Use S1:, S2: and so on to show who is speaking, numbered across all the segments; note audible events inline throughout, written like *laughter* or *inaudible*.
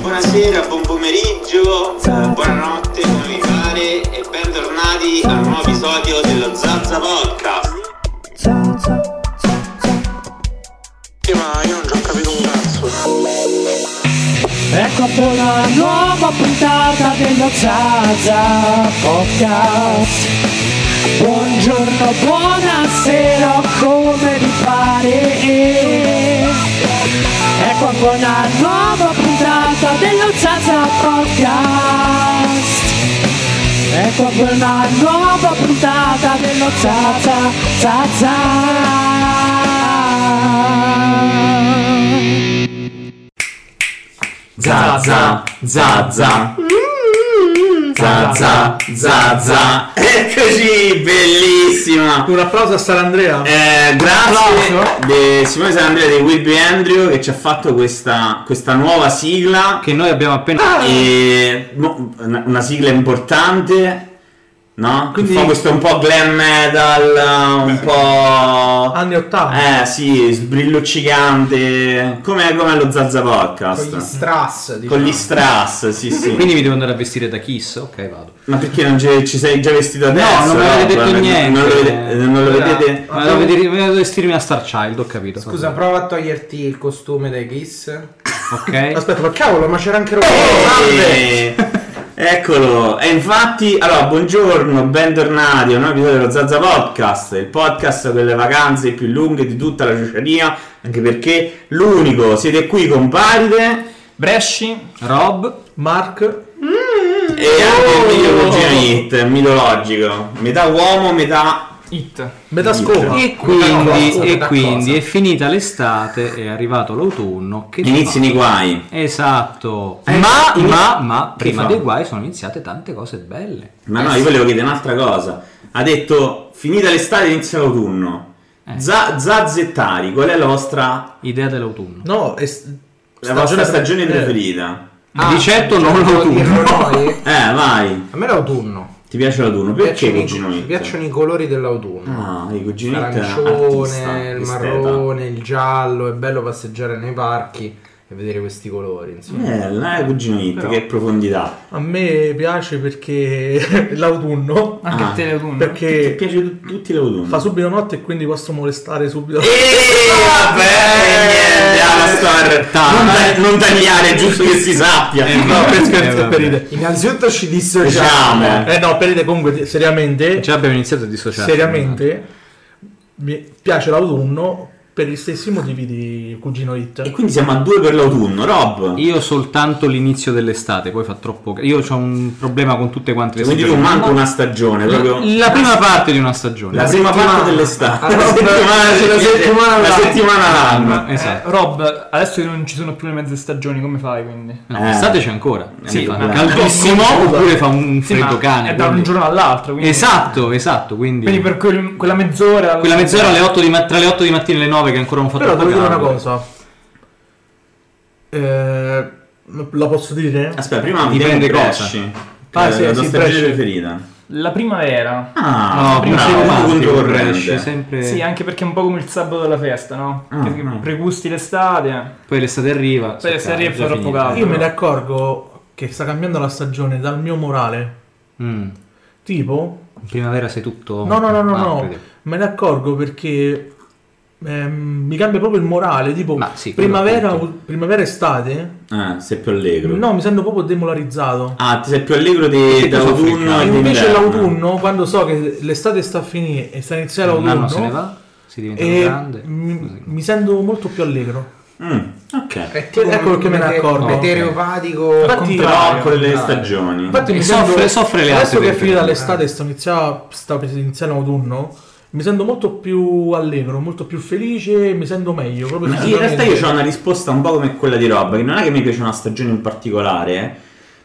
S1: Buonasera, buon pomeriggio, buonanotte come vi pare e bentornati a un nuovo episodio dello Zazza Podcast. Sì, ma io non ci ho capito un cazzo.
S2: Ecco per una nuova puntata dello Zaza Podcast Buongiorno, buonasera, o come vi pare Ecco per una nuova puntata dello Zaza Podcast Ecco per una nuova puntata dello Zaza Zaza
S3: Zazza, zazza.
S4: Mm-hmm.
S3: Zazza,
S5: *laughs*
S3: zazza. Eccoci, bellissima.
S4: Un applauso a Sarandrea.
S3: Eh,
S4: Applauso.
S3: grazie di Simone Sandria di Will Be Andrew che ci ha fatto questa, questa nuova sigla.
S5: che noi abbiamo appena
S4: Ah.
S3: E, mo- una, una sigla importante, no?
S4: Quindi-
S3: Quindi... Fa questo un po' glam metal, un po'.
S4: Anni 80.
S3: Eh sì, sbrilluccicante. Com'è, com'è lo Zazza Podcast?
S6: Con gli strass, diciamo.
S3: Con gli strass, sì,
S1: *laughs*
S3: sì.
S5: quindi mi devo andare a vestire da Kiss ok vado
S3: Ma perché non ci, ci sei già vestito adesso?
S5: non mi avete detto
S3: Guarda,
S5: niente.
S3: Non lo, vede- non lo
S6: Allora,
S3: vedete?
S5: ma devo, vedere- mi devo vestirmi a Star Child ho capito
S6: Scusa, prova a toglierti il costume dei Kiss.
S5: ok
S4: Aspetta, ma cavolo, ma c'era anche Rocco.
S3: Eh, Eccolo, e infatti, allora, buongiorno, bentornati a un nuovo episodio dello Zazza Podcast, il podcast per le vacanze più lunghe di tutta la Ciociaria, anche perché l'unico, siete qui, comparite,
S5: Bresci Rob
S4: Mark.
S3: e anche il mio cugino Hit, mitologico, metà uomo, metà...
S4: It. Metà scopa.
S5: e quindi,
S6: cosa,
S5: e
S6: da
S5: quindi
S6: cosa?
S5: è finita l'estate è arrivato l'autunno che
S3: Iniziano i
S5: fa?
S3: guai.
S5: esatto
S3: Eh,
S5: ma,
S3: che-
S5: ma,
S3: che
S5: ma prima
S3: fa?
S5: dei guai sono iniziate tante cose belle
S3: Ma no, io volevo chiedere un'altra cosa. Ha detto finita l'estate, inizia l'autunno.
S5: Eh.
S3: Za- Zazzettari, qual è la vostra,
S5: idea dell'autunno
S4: No, è s-
S3: la vostra stagione
S4: eh,
S3: preferita?
S6: Ah,
S5: di certo non
S6: Devo dirlo
S5: l'autunno
S3: *laughs*
S6: noi?
S3: Eh, vai.
S6: A me l'autunno.
S3: Ti piace l'autunno?
S6: Mi
S3: Perché
S6: piacciono i-
S3: cugino
S6: mi
S3: It?
S6: piacciono i colori dell'autunno.
S3: Ah, i cugini It è un artista,
S6: L'arancione, il
S3: esteta.
S6: marrone, il giallo. È bello passeggiare nei parchi e vedere questi colori, insomma.
S3: Bella, eh, cugino It, che profondità.
S4: A me piace perché *laughs* l'autunno.
S3: Anche a te
S4: Ah, l'autunno.
S3: Ah, Ti
S4: Perché
S3: piace tu- tutti l'autunno?
S4: fa subito notte e quindi posso molestare
S6: Eh,
S4: subito.
S3: Eeeh, vabbè, Eh, niente, Alastor. Non, ta- non tagliare, è giusto che si sappia.
S4: *laughs* No, per scherzo,
S5: Eh, vabbè.
S4: per idee.
S6: Innanzitutto ci dissociamo.
S3: Diciamo.
S4: Eh no, per idee comunque ti- seriamente.
S5: già abbiamo iniziato a dissociarci
S4: seriamente. Mi piace l'autunno per gli stessi motivi di Cugino It.
S3: E quindi siamo a due per l'autunno, Rob.
S5: Io soltanto l'inizio dell'estate, poi fa troppo. ca- Io ho un problema con tutte quante le
S3: Cioè, Quindi tu
S5: stagioni.
S3: manco una stagione, proprio
S5: La prima parte di una stagione.
S3: la prima parte dell'estate. La settimana,
S6: la settimana
S3: la
S6: l'anno.
S3: settimana l'anno.
S5: Esatto.
S7: Eh, Rob, adesso che non ci sono più le mezze stagioni, come fai quindi?
S5: No,
S3: Eh.
S5: l'estate c'è ancora.
S3: Eh,
S5: Sì,
S3: mi
S5: fa
S3: problema.
S5: caldissimo oppure fa un
S7: Sì, ma
S5: freddo cane.
S7: È da un
S5: quindi-
S7: giorno all'altro, quindi...
S5: Esatto, esatto. Quindi,
S7: Quindi per quel- quella mezz'ora...
S5: quella mezz'ora alle 8 di ma- tra le 8 di mattina e le 9 che ancora non ho fatto
S4: Però
S5: il
S4: devo dire una
S5: programma.
S4: cosa. Eh, la posso dire?
S5: Ah,
S3: Aspetta, prima
S5: Dipende
S3: vediamo
S5: cosa.
S3: Bresci.
S4: Ah,
S3: Eh,
S4: sì,
S3: la
S4: sì,
S3: tua stagione
S4: Bresci.
S3: preferita.
S7: La primavera.
S3: Ah,
S5: No, prima sei
S3: bravo,
S5: romantico,
S3: punto corrente.
S5: Bresci, sempre...
S7: Sì, anche perché è un po' come il sabato della festa, no?
S3: Ah,
S7: Che- che
S3: ah.
S7: pregusti l'estate.
S5: Poi l'estate arriva.
S7: Poi l'estate arriva e
S5: già
S7: fa troppo
S5: finita.
S7: caldo.
S4: Io me ne accorgo che sta cambiando la stagione dal mio morale.
S5: Mm,
S4: Tipo,
S5: In primavera sei tutto.
S4: no, no, no, no,
S5: Ah,
S4: no.
S5: credevo.
S4: me ne accorgo perché ehm, mi cambia proprio il morale. Tipo,
S5: Ma sì, quello
S4: primavera,
S5: appunto.
S4: primavera estate,
S3: Ah, sei più allegro.
S4: no, mi sento proprio demolarizzato.
S3: Ah, ti sei più allegro di,
S5: Perché soffri il
S3: d'autunno
S5: caldo.
S3: e di
S4: Invece
S3: inverno.
S4: l'autunno, quando so che l'estate sta a finire e sta iniziando
S5: Un anno se ne
S4: l'autunno,
S5: va, si diventa più
S4: e
S5: grande.
S4: mi, mi sento molto più allegro.
S3: Mm, ok.
S6: È tipo
S4: Ecco perché me ne
S6: mete-
S4: accorgo.
S6: Meteoropatico.
S4: Infatti-
S6: al
S3: Però
S6: contrario.
S3: con le
S6: Ah.
S3: stagioni.
S4: Infatti
S5: E
S4: mi
S5: soffre-
S4: sento-
S5: soffre le alte
S4: adesso che è finita
S5: temperature.
S4: l'estate e sto inizia- sta per iniziare l'autunno, mi sento molto più allegro, molto più felice, mi sento meglio. Proprio
S3: Ma in realtà io
S4: fisicamente.
S3: ho una risposta un po' come quella di Rob, che non è che mi piace una stagione in particolare, eh,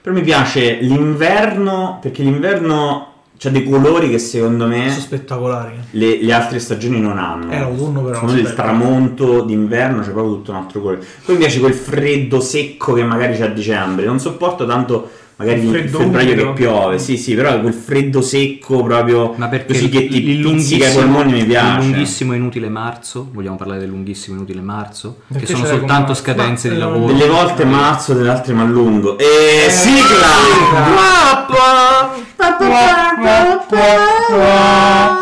S3: però mi piace l'inverno, perché l'inverno ha dei colori che secondo
S4: sono
S3: me
S4: spettacolari.
S3: le, le altre stagioni non hanno.
S7: Eh,
S4: È l'autunno però.
S3: Secondo me il
S4: aspetta.
S3: tramonto d'inverno c'è proprio tutto un altro colore. Poi mi piace quel freddo secco che magari c'è a dicembre, non sopporto tanto magari in
S7: Freddo
S3: febbraio
S7: umido.
S3: che piove, sì, sì, però quel freddo secco proprio
S5: Ma perché
S3: così che ti pizzica
S5: il
S3: i
S5: lunghissimo-
S3: polmoni mi
S5: il
S3: piace.
S5: lunghissimo e inutile marzo, vogliamo parlare del lunghissimo e inutile marzo,
S7: Perché
S5: che sono
S7: ce l'hai con
S5: soltanto
S7: marzo?
S5: scadenze
S4: Ma,
S5: di
S4: eh,
S5: lavoro.
S3: Delle volte marzo, delle altre ma lungo. E
S7: Eh,
S3: sigla!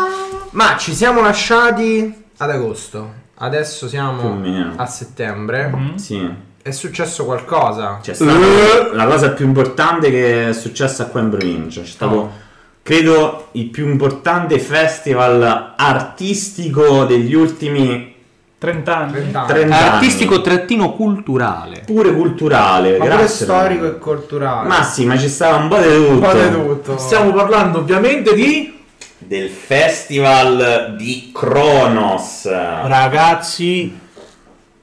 S6: Ma ci siamo lasciati ad agosto. Adesso
S3: Più o meno.
S6: siamo a settembre.
S4: Mhm.
S3: Sì.
S6: È successo qualcosa?
S3: C'è Cioè, stata
S6: Eh.
S3: la cosa più importante che è successa qua in provincia. C'è stato,
S6: Oh.
S3: credo, il più importante festival artistico degli ultimi
S7: 30 anni.
S6: 30 anni.
S5: Eh?
S3: 30 anni.
S5: Artistico trattino culturale.
S3: pure culturale,
S6: Ma pure
S3: grazie.
S6: storico e culturale.
S3: Ma sì, ma ci stava un po' di tutto.
S6: un po' di tutto.
S4: Stiamo parlando ovviamente di
S3: Del festival di Kronos.
S4: ragazzi.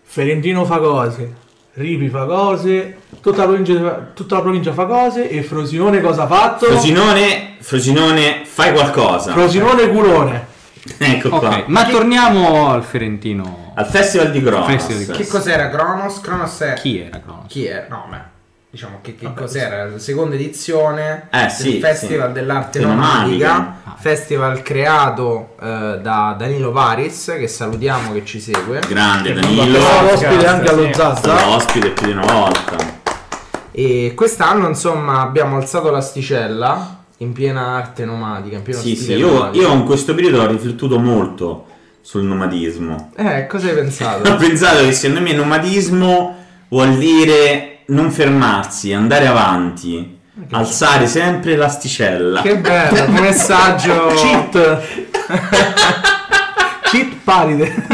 S4: Ferentino fa cose, Ripi fa cose, tutta la provincia, tutta la provincia fa cose e Frosinone cosa ha fatto?
S3: Frosinone, Frosinone, fai qualcosa.
S4: Frosinone culone.
S3: *laughs* Ecco
S5: Ok,
S3: qua.
S5: ma torniamo al Ferentino.
S3: Al Festival di Kronos.
S5: Festival di
S6: Che cos'era Cronos? Cronos è...
S5: Chi era Cronos?
S6: Chi è? No, beh. Diciamo che, che cos'era? La seconda edizione
S3: Eh, sì, Ah.
S6: del Festival
S3: sì.
S6: dell'Arte
S3: Telematica.
S6: Nomatica. Festival creato eh, da Danilo Paris, che salutiamo che ci segue.
S3: Grande
S4: È
S3: Danilo.
S4: stato ospite
S7: grazie,
S4: anche allo
S7: sì.
S4: Zazza.
S6: Esatto.
S3: Ospite più di una volta.
S6: E quest'anno, insomma, abbiamo alzato l'asticella in piena arte nomadica. In pieno
S3: Sì, sì,
S6: stile
S3: io,
S6: nomadico.
S3: io in questo periodo ho riflettuto molto sul nomadismo.
S6: Eh, cosa hai
S3: *laughs* Ho
S6: pensato?
S3: pensato che secondo me nomadismo vuol dire non fermarsi, andare avanti, alzare sempre l'asticella.
S6: che bello, un messaggio.
S4: Cheat. Cheat palide.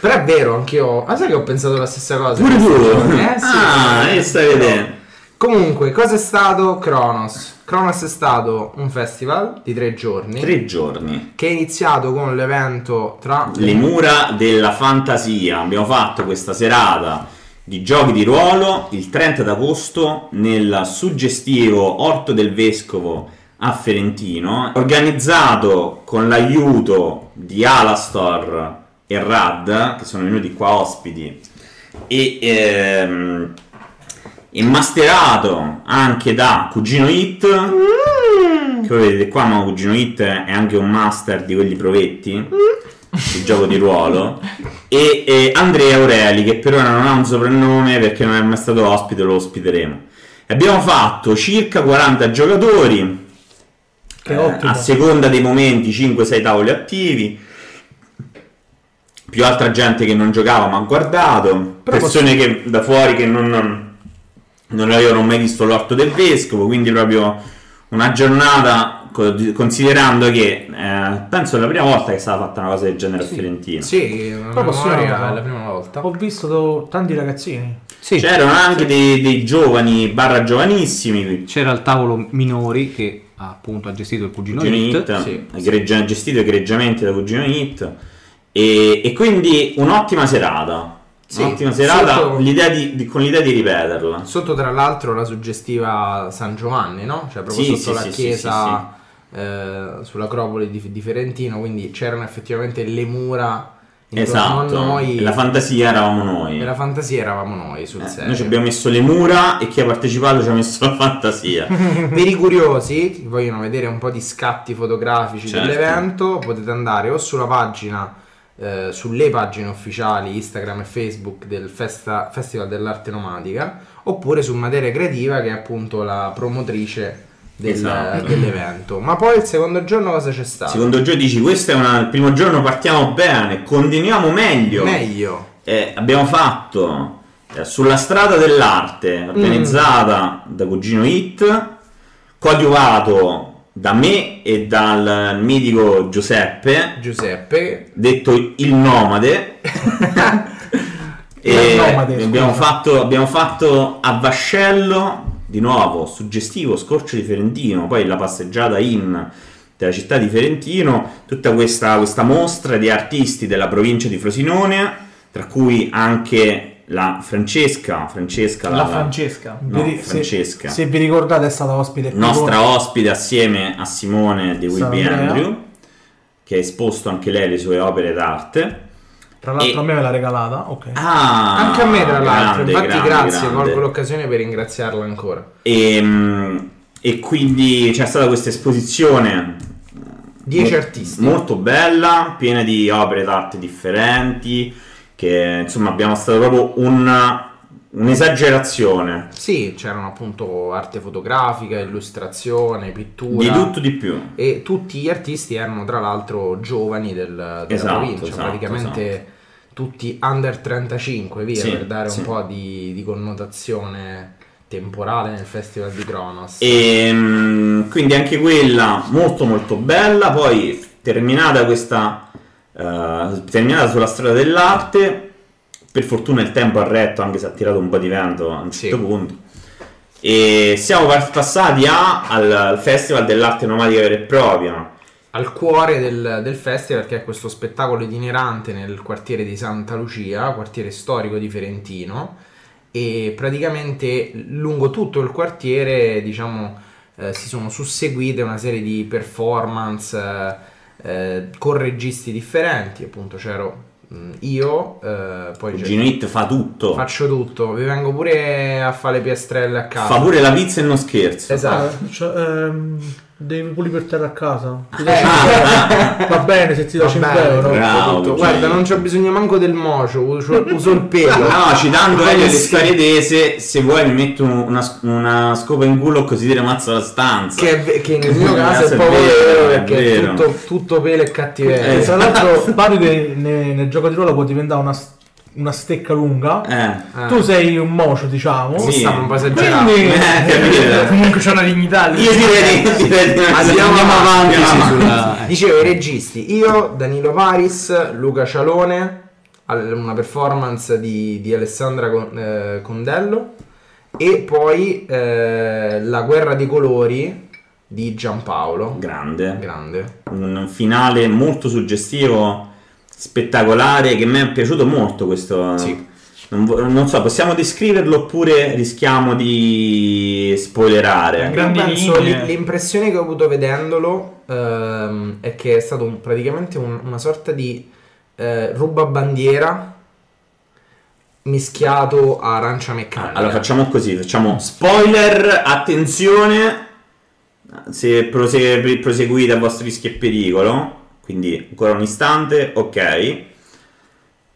S6: Però è vero, anch'io. Ma sai che ho pensato la stessa cosa?
S3: Pure tu!
S6: Eh, sì.
S3: ah, e stai vedendo.
S6: Comunque, cosa è stato Kronos? Kronos è stato un festival di tre giorni
S3: Tre giorni.
S6: che è iniziato con l'evento tra
S3: Le mura della fantasia. Abbiamo fatto questa serata di giochi di ruolo il 30 d'agosto nel suggestivo Orto del Vescovo a Ferentino, organizzato con l'aiuto di Alastor e Rad, che sono venuti qua ospiti, e, ehm, e masterato anche da Cugino Hit. Che voi vedete qua, ma Cugino Hit è anche un master di quelli provetti il gioco di ruolo e, e Andrea Aureli che per ora non ha un soprannome perché non è mai stato ospite lo ospiteremo abbiamo fatto circa 40 giocatori
S4: Che
S3: eh,
S4: ottimo.
S3: a seconda dei momenti 5-6 tavoli attivi più altra gente che non giocava ma ha guardato persone Cioè che da fuori che non, non avevano mai visto l'orto del vescovo quindi proprio una giornata co- considerando che eh, penso è la prima volta che è stata fatta una cosa del genere a Fiorentino
S6: Sì, una
S4: Però posso dire una
S6: memoria,
S4: cosa?
S6: è la prima volta.
S4: Ho visto do- tanti ragazzini.
S5: Sì, c'era.
S3: C'erano Cioè anche dei, dei giovani barra giovanissimi
S5: il tavolo minori che appunto ha gestito il cugino
S3: Cugino
S5: Hit.
S3: Hit,
S6: sì.
S3: egregia- gestito egregiamente da Cugino Hit e, e quindi un'ottima serata
S6: Sì,
S3: un'ottima serata
S6: sotto-
S3: l'idea di- di- con l'idea di ripeterla
S6: Sotto tra l'altro la suggestiva San Giovanni, no? Cioè proprio
S3: Sì,
S6: sotto
S3: sì,
S6: la
S3: sì, sì,
S6: chiesa eh, sull'acropoli di, di Ferentino, quindi c'erano effettivamente le mura intorno
S3: esatto
S6: a noi
S3: E la fantasia eravamo noi
S6: e la fantasia eravamo noi sul
S3: Eh,
S6: serio.
S3: noi ci abbiamo messo le mura e chi ha partecipato ci ha messo la
S6: *laughs*
S3: fantasia
S6: Per i curiosi che vogliono vedere un po' di scatti fotografici
S3: Certo.
S6: dell'evento, potete andare o sulla pagina, eh, sulle pagine ufficiali Instagram e Facebook del Festa- Festival dell'Arte Nomadica, oppure su Materia Creativa che è appunto la promotrice del-
S3: Esatto.
S6: dell'evento. Ma poi il secondo giorno cosa c'è stato?
S3: secondo Gio dici questo è una- il primo giorno partiamo bene continuiamo meglio
S6: Meglio.
S3: Eh, abbiamo fatto eh, sulla strada
S6: Mm.
S3: dell'arte organizzata da Cugino Hit coadiuvato da me e dal mitico Giuseppe
S6: Giuseppe,
S3: detto il
S4: *laughs*
S3: nomade e
S4: Il nomade,
S3: abbiamo,
S4: scusa.
S3: fatto, abbiamo fatto a Vascello di nuovo suggestivo scorcio di Ferentino poi la passeggiata in della città di Ferentino tutta questa, questa mostra di artisti della provincia di Frosinone tra cui anche la Francesca Francesca la,
S7: La
S3: la-
S7: Francesca.
S3: no,
S4: Vi ri- se-
S3: Francesca
S4: Se, vi ricordate è stata ospite qui
S3: nostra
S4: con-
S3: ospite assieme a Simone di Will Be
S4: Salve, Andrea.
S3: Andrew, che ha esposto anche lei le sue opere d'arte.
S4: Tra l'altro
S3: E-
S4: a me me l'ha regalata, ok.
S3: Ah,
S6: Anche a me, tra l'altro.
S3: grande,
S6: Infatti,
S3: grande,
S6: grazie.
S3: grande.
S6: Colgo l'occasione per ringraziarla ancora.
S3: E, mm, e quindi c'è stata questa esposizione.
S6: Dieci
S3: mo-
S6: artisti.
S3: Molto bella, piena di opere d'arte differenti. Che insomma abbiamo stato proprio un- un'esagerazione.
S6: Sì, c'erano appunto arte fotografica, illustrazione, pittura.
S3: Di tutto di più.
S6: E tutti gli artisti erano tra l'altro giovani del, della
S3: Esatto,
S6: provincia,
S3: esatto,
S6: praticamente tutti under 35, via,
S3: Sì,
S6: per dare
S3: sì.
S6: un po' di, di connotazione temporale nel festival di Kronos.
S3: E mm, quindi anche quella molto molto bella. Poi terminata questa eh, terminata sulla strada dell'arte. Per fortuna il tempo ha retto, anche se ha tirato un po' di vento a un
S6: Sì.
S3: certo punto. E siamo par- passati a- al, al Festival dell'arte nomadica vera e propria.
S6: Al cuore del, del festival che è questo spettacolo itinerante nel quartiere di Santa Lucia, quartiere storico di Ferentino, e praticamente lungo tutto il quartiere diciamo, eh, si sono susseguite una serie di performance eh, eh, con registi differenti, appunto c'ero mm, io, eh, poi c'è-
S3: Gino Hit fa tutto,
S6: faccio tutto, vi vengo pure a fare le piastrelle a casa.
S3: fa pure la pizza e non scherzo.
S6: Esatto.
S4: Ah, cioè, ehm, devi pulire per terra a casa.
S3: Ah,
S4: Ti do
S6: Eh.
S3: *laughs*
S4: cinque- *laughs* Va bene se ti do
S6: Va
S4: 5
S6: bene,
S4: euro.
S3: bravo.
S6: tutto.
S3: Gino.
S6: Guarda, non c'ho bisogno manco del mocio, uso, uso il pelo.
S3: No, Ah, eh, citando Elio Scarietese, se vuoi mi metto una, una scopa in culo così ti ammazzo la stanza.
S6: Che, è ve- che nel mio
S3: Che
S6: caso
S3: Eh, è
S6: è proprio
S3: vero,
S6: vero
S3: è
S6: perché
S3: vero.
S6: è tutto, tutto pelo e cattiveria.
S3: Eh,
S4: E tra l'altro, Bari de- ne- nel gioco di ruolo può diventare una, s- una stecca lunga.
S3: Eh.
S6: Eh.
S4: Tu sei un mocio, diciamo.
S3: Sì.
S6: stiamo un po' esagerando.
S4: Quindi,
S3: Eh, capito?
S7: Comunque c'è una dignità lì.
S3: Io direi di, direi di
S6: Andiamo avanti, sì,
S3: sulla-
S6: Dicevo i registi, io, Danilo Paris, Luca Cialone, al- una performance di, di Alessandra Con- eh, Condello e poi eh, La guerra dei colori di Giampaolo.
S3: Grande,
S6: Grande.
S3: un finale molto suggestivo, spettacolare, che mi è piaciuto molto questo.
S6: Sì.
S3: Non, vo- non so, possiamo descriverlo oppure rischiamo di spoilerare?
S7: Gra- Grandi
S6: Io penso
S7: linee.
S6: li- l'impressione che ho avuto vedendolo ehm, è che è stato un- praticamente un- una sorta di eh, rubabandiera mischiato a arancia meccanica.
S3: Ah, Allora facciamo così, facciamo spoiler, attenzione, se prose- proseguite a vostro rischio e pericolo, quindi ancora un istante, ok.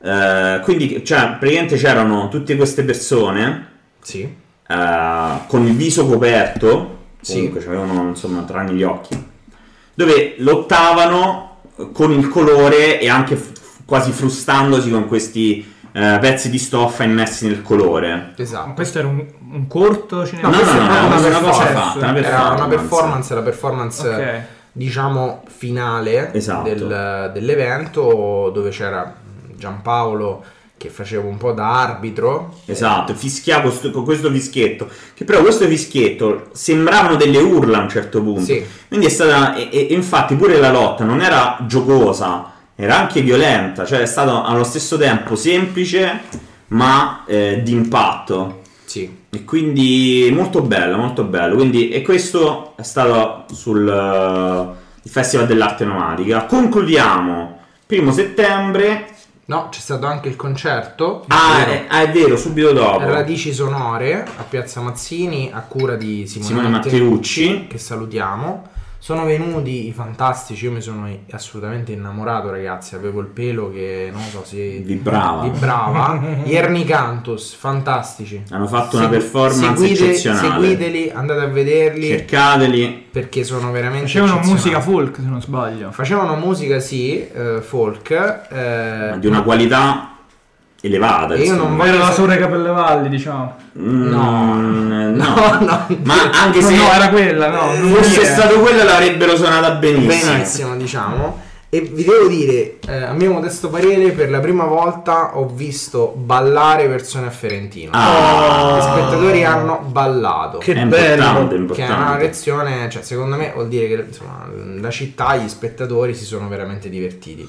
S3: Eh, quindi cioè, praticamente c'erano tutte queste persone
S6: Sì.
S3: eh, con il viso coperto,
S6: Sì.
S3: comunque c'avevano insomma tranne gli occhi, dove lottavano eh, con il colore e anche f- quasi frustandosi con questi eh, pezzi di stoffa immersi nel colore.
S7: Ma
S6: Esatto.
S7: questo era un, un corto
S3: No,
S7: cinema.
S3: no, no,
S6: questa è
S3: no,
S6: proprio
S3: questa è
S6: una
S3: una cosa
S6: performance.
S3: fatta, una
S6: Era
S3: performance.
S6: una performance, la performance
S7: Ok.
S6: diciamo finale
S3: Esatto.
S6: del- dell'evento dove c'era Giampaolo che faceva un po' da arbitro.
S3: Esatto, fischiavo sto- con questo fischietto, che però questo fischietto sembravano delle urla a un certo punto.
S6: Sì.
S3: Quindi è stata e, e- e infatti pure la lotta non era giocosa, era anche violenta, cioè è stato allo stesso tempo semplice ma eh, d'impatto.
S6: Sì.
S3: E quindi molto bello, molto bello. Quindi, e questo è stato sul eh, Festival dell'arte nomadica. Concludiamo primo settembre
S6: No, c'è stato anche il concerto.
S3: Ah,
S6: Vero.
S3: è, ah, è vero, subito dopo.
S6: Radici sonore a Piazza Mazzini a cura di Simone,
S3: Simone
S6: Matteucci,
S3: Matteucci.
S6: che salutiamo. Sono venuti i fantastici, io mi sono assolutamente innamorato ragazzi, avevo il pelo che non so se
S3: Vibrava. *laughs*
S6: vibrava. Gli Ernicantus, fantastici.
S3: Hanno fatto una
S6: Segui-
S3: performance eccezionale.
S6: Seguiteli, andate a vederli
S3: Cercateli.
S6: perché sono veramente
S7: Facevano musica
S6: eccezionali.
S7: folk se non sbaglio.
S6: Facevano musica sì, eh, folk, eh,
S3: ma Di una qualità elevata.
S6: Io
S3: insomma.
S6: non
S7: Ma era la
S6: Forse-
S7: sora di Capellevalli, diciamo.
S3: Mm,
S6: No.
S3: no.
S6: *laughs* No, no.
S3: Ma anche
S7: No,
S3: se
S7: no, era quella, no. non
S3: fosse
S7: dire.
S3: stato quello l'avrebbero suonata benissimo.
S6: benissimo, diciamo. E vi devo dire, eh, a mio modesto parere, per la prima volta ho visto ballare persone a Ferentino.
S3: Ah.
S6: Gli spettatori hanno ballato.
S4: Che
S3: È
S4: bello.
S3: importante, è
S6: Che è una
S3: importante.
S6: reazione, cioè secondo me vuol dire che insomma, la città, gli spettatori si sono veramente divertiti.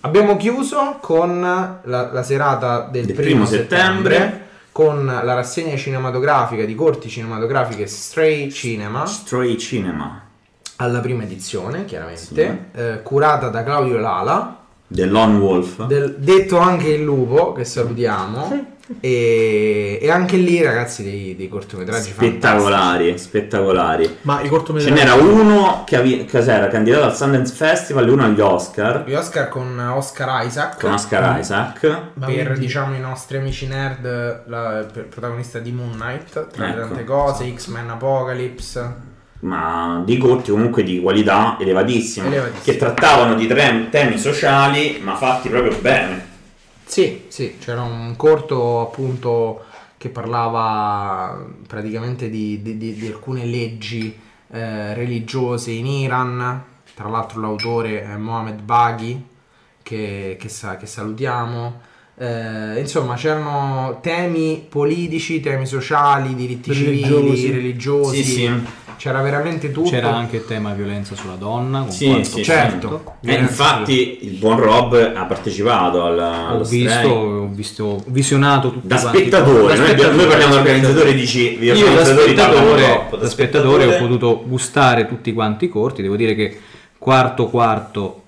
S6: Abbiamo chiuso con la, la serata del,
S3: Del primo
S6: primo
S3: settembre.
S6: settembre, con la rassegna cinematografica di corti cinematografiche Stray Cinema
S3: Stray Cinema.
S6: alla prima edizione, chiaramente,
S3: Sì.
S6: eh, curata da Claudio Lala
S3: The Lone Wolf.
S6: Del- detto anche il lupo, che salutiamo. e, e anche lì, ragazzi, dei, dei cortometraggi
S3: Spettacolari, spettacolari.
S4: Ma i
S3: Ce
S4: cortometraggi.
S3: n'era uno che, ave- che era candidato al Sundance Festival e uno agli Oscar,
S6: fantastici. Gli Oscar con Oscar Isaac. Mm.
S3: con
S6: Ah.
S3: Oscar Isaac.
S4: Ma
S6: per
S4: quindi-
S6: diciamo i nostri amici nerd, la, per- protagonista di Moon Knight, tra le
S3: Ecco.
S6: tante cose, X-Men Apocalypse.
S3: ma di corti comunque di qualità elevatissima,
S6: Elevatissima.
S3: che trattavano di tre- temi sociali ma fatti proprio bene.
S6: Sì, sì, c'era un corto appunto che parlava praticamente di, di- di- di alcune leggi eh, religiose in Iran. Tra l'altro l'autore è Mohamed Baghi, che, che sa- che salutiamo. Eh, insomma, c'erano temi politici, temi sociali, diritti
S4: Religiosi.
S6: civili,
S5: Oh,
S6: religiosi. C'era veramente tutto.
S5: C'era anche il tema violenza sulla donna. Con
S3: Sì,
S5: quanto-
S3: sì,
S6: certo.
S3: E infatti il buon Rob ha partecipato al,
S5: Ho
S3: allo
S5: visto,
S3: strike.
S5: ho visto, ho visionato tutti
S3: Da
S5: quanti-
S3: spettatore, noi abbiamo- noi parliamo di organizzatori, dici, gli
S5: Io da
S3: organizzatori parlano
S5: spettatore,
S3: troppo, da
S5: da spettatore ho
S3: spettatore-
S5: potuto gustare tutti quanti i corti, devo dire che quarto quarto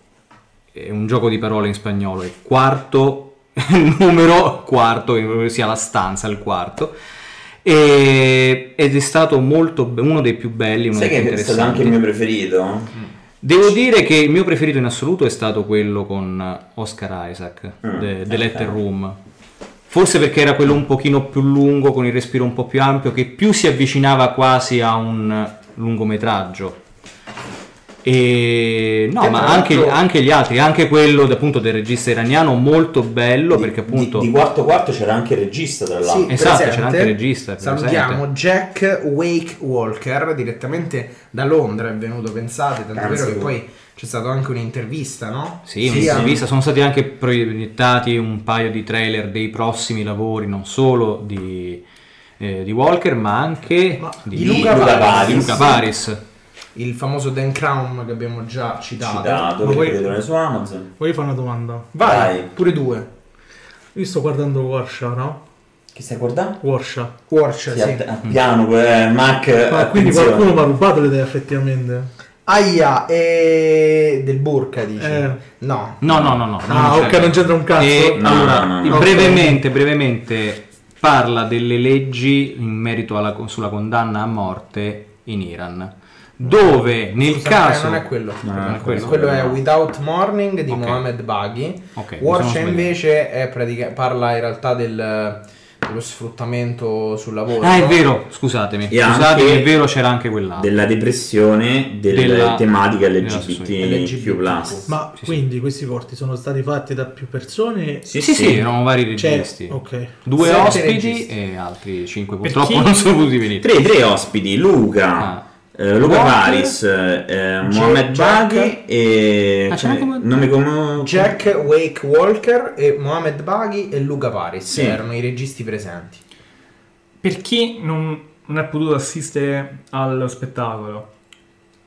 S5: è un gioco di parole in spagnolo, è quarto *laughs* numero quarto, che sia la stanza, il quarto. E- ed è stato molto be- uno dei più belli, uno
S3: Sai
S5: dei
S3: che
S5: più
S3: è stato anche
S5: interessanti. Mm.
S3: il mio preferito?
S5: Devo dire che il mio preferito in assoluto è stato quello con Oscar Isaac,
S3: Mm,
S5: The, The
S3: ok.
S5: Letter Room. Forse perché era quello un pochino più lungo, con il respiro un po' più ampio, che più si avvicinava quasi a un lungometraggio. E no,
S6: Che
S5: ma
S6: tra
S5: anche,
S6: l'altro-
S5: anche gli altri, anche quello appunto del regista iraniano, molto bello
S3: Di-
S5: perché appunto
S3: di, di quarto quarto c'era anche il regista tra l'altro.
S6: Sì,
S5: Esatto,
S6: presente.
S5: c'era anche il regista, è presente.
S6: Salutiamo Jack Wake Walker, direttamente da Londra è venuto, pensate, tant'è
S3: Cazzo.
S6: vero che poi c'è stata anche un'intervista, no?
S5: Sì,
S6: Sia-
S5: un'intervista. Sono stati anche proiettati un paio di trailer dei prossimi lavori, non solo di, eh, di Walker, ma anche
S6: Ma
S5: di,
S6: di Luca
S5: di
S3: Paris.
S5: di Luca Paris.
S6: Il famoso Dan Crown che abbiamo già citato.
S3: Citato,
S4: Ma
S3: che
S4: poi-
S3: vedono su Amazon.
S4: Voglio fare una domanda.
S6: Vai,
S3: Vai.
S6: pure due.
S4: Io sto guardando Warsha, no?
S3: Che stai guardando?
S4: Warsha.
S6: Quarcia,
S3: Sì,
S6: sì.
S3: att- att- piano, eh, Mac.
S4: Ma
S3: attenzione.
S4: quindi qualcuno mi ha rubato le idee effettivamente.
S6: Aia, e... del burka dici?
S4: Eh.
S6: No.
S5: No, no, no, no.
S4: Ah, ok, non c'entra un cazzo.
S5: E,
S3: No,
S5: allora,
S3: no, no, no.
S5: il- brevemente, brevemente parla delle leggi in merito alla, sulla condanna a morte in Iran, dove nel
S6: Scusa,
S5: caso...
S6: non è quello.
S5: non è quello.
S6: Quello è Without Morning di
S5: Ok.
S6: Mohamed Baghi.
S5: Ok, mi
S6: Warsha
S5: sono sbagliato.
S6: invece è pratica- parla in realtà del- dello sfruttamento sul lavoro.
S5: Ah, è vero, scusatemi.
S3: E anche-
S5: Scusatemi, è vero, c'era anche quell'altro.
S3: Della depressione, delle
S5: Ah. Della-
S3: tematiche
S5: della
S3: LGBTQ+.
S6: LGBTQ+.
S4: Ma
S5: Sì, sì.
S4: quindi questi corti sono stati fatti da più persone?
S5: Sì, sì, erano vari
S4: Cioè,
S5: registi.
S4: ok.
S5: Due
S6: Sette
S5: ospiti
S6: registi.
S5: e altri cinque
S4: Per
S5: purtroppo
S4: chi?
S5: non sono
S3: *laughs*
S5: potuti venire.
S3: Tre, tre ospiti, Luca,
S5: Ah.
S3: eh, Luca
S6: Walker,
S3: Paris, eh, Mohamed
S6: Jack,
S3: Baghi e... cioè,
S5: Ah, c'era anche Mohamed-
S3: non mi conosco...
S6: Jack Wake Walker e Mohamed Baghi e Luca Paris
S3: Sì.
S6: erano i registi presenti.
S7: Per chi non, non è potuto assistere allo spettacolo,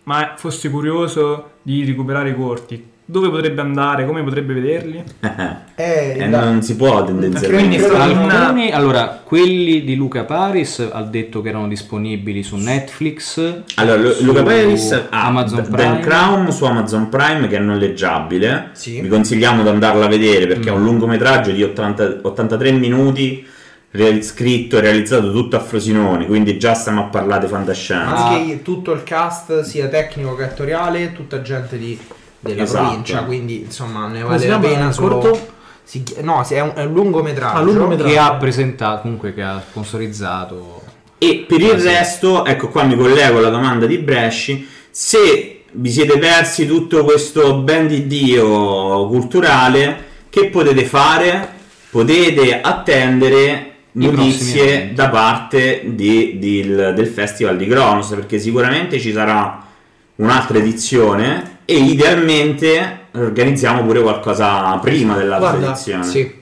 S7: ma fosse curioso di recuperare i corti, dove potrebbe andare, come potrebbe vederli?
S6: Eh,
S3: e
S6: la-
S3: non si può
S7: Quindi
S3: tendenzialmente...
S7: è stata una-
S5: Alcuni, allora, quelli di Luca Paris ha detto che erano disponibili su Netflix.
S3: Allora, Lu-
S5: su
S3: Luca Paris ah, ha
S5: Amazon
S3: D- Dan
S5: Prime.
S3: Crown su Amazon Prime che è noleggiabile.
S6: Sì.
S3: Vi consigliamo di andarla a vedere perché è
S5: Mm.
S3: un lungometraggio di 80 83 minuti, real- scritto e realizzato tutto a Frosinone, quindi già stiamo a parlare di fantascienza.
S6: anche i- tutto il cast sia tecnico che attoriale, tutta gente di- della
S3: Esatto.
S6: provincia, quindi insomma ne
S4: Come
S6: vale
S4: si
S6: la
S4: chiama?
S6: pena solo...
S4: Corto?
S6: si chi- no, sì, è un, è un lungometraggio.
S4: Ah, lungometraggio.
S5: che ha presentato, comunque che ha sponsorizzato.
S3: E per il resto, ecco qua mi collego alla domanda di Bresci, se vi siete persi tutto questo ben di Dio culturale, che potete fare? Potete attendere
S5: I prossimi
S3: notizie
S5: eventi.
S3: da parte di- di- del Festival di Cronos, perché sicuramente ci sarà un'altra edizione e idealmente organizziamo pure qualcosa prima dell'altra
S4: Guarda,
S3: edizione.
S6: Sì.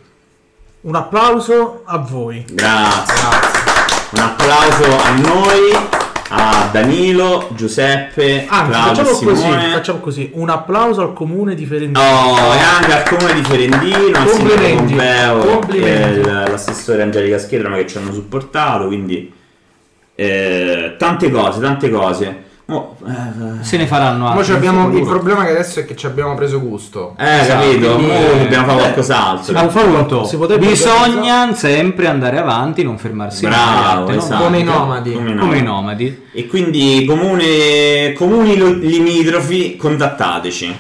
S4: Un applauso a voi.
S3: Grazie. Un applauso a noi, a Danilo, Giuseppe,
S4: Anzi,
S3: Claudio,
S4: facciamo
S3: Simone.
S4: così, facciamo così. Un applauso al comune di Ferentino.
S3: Oh, e anche al comune di Ferendino, al sindaco
S4: Complimenti,
S3: Pompeo e
S4: complimenti.
S3: l- l'assessore Angelica Schiedrama che ci hanno supportato, quindi eh, tante cose, tante cose. Oh, eh,
S5: Se ne faranno
S6: Mo ci
S5: altri.
S6: abbiamo- il
S5: Sicuro.
S6: problema che adesso è che ci abbiamo preso gusto.
S3: eh,
S5: Esatto,
S3: capito?
S5: quindi,
S3: Mo
S5: eh,
S3: dobbiamo fare qualcos'altro.
S5: Ma appunto,
S4: si potrebbe
S5: bisogna sempre andare avanti, non fermarsi
S3: Bravo,
S5: mai, no?
S3: esatto.
S6: Come i nomadi.
S3: Come i nomadi.
S5: Come i nomadi.
S3: E quindi comune, comuni lo- limitrofi, contattateci.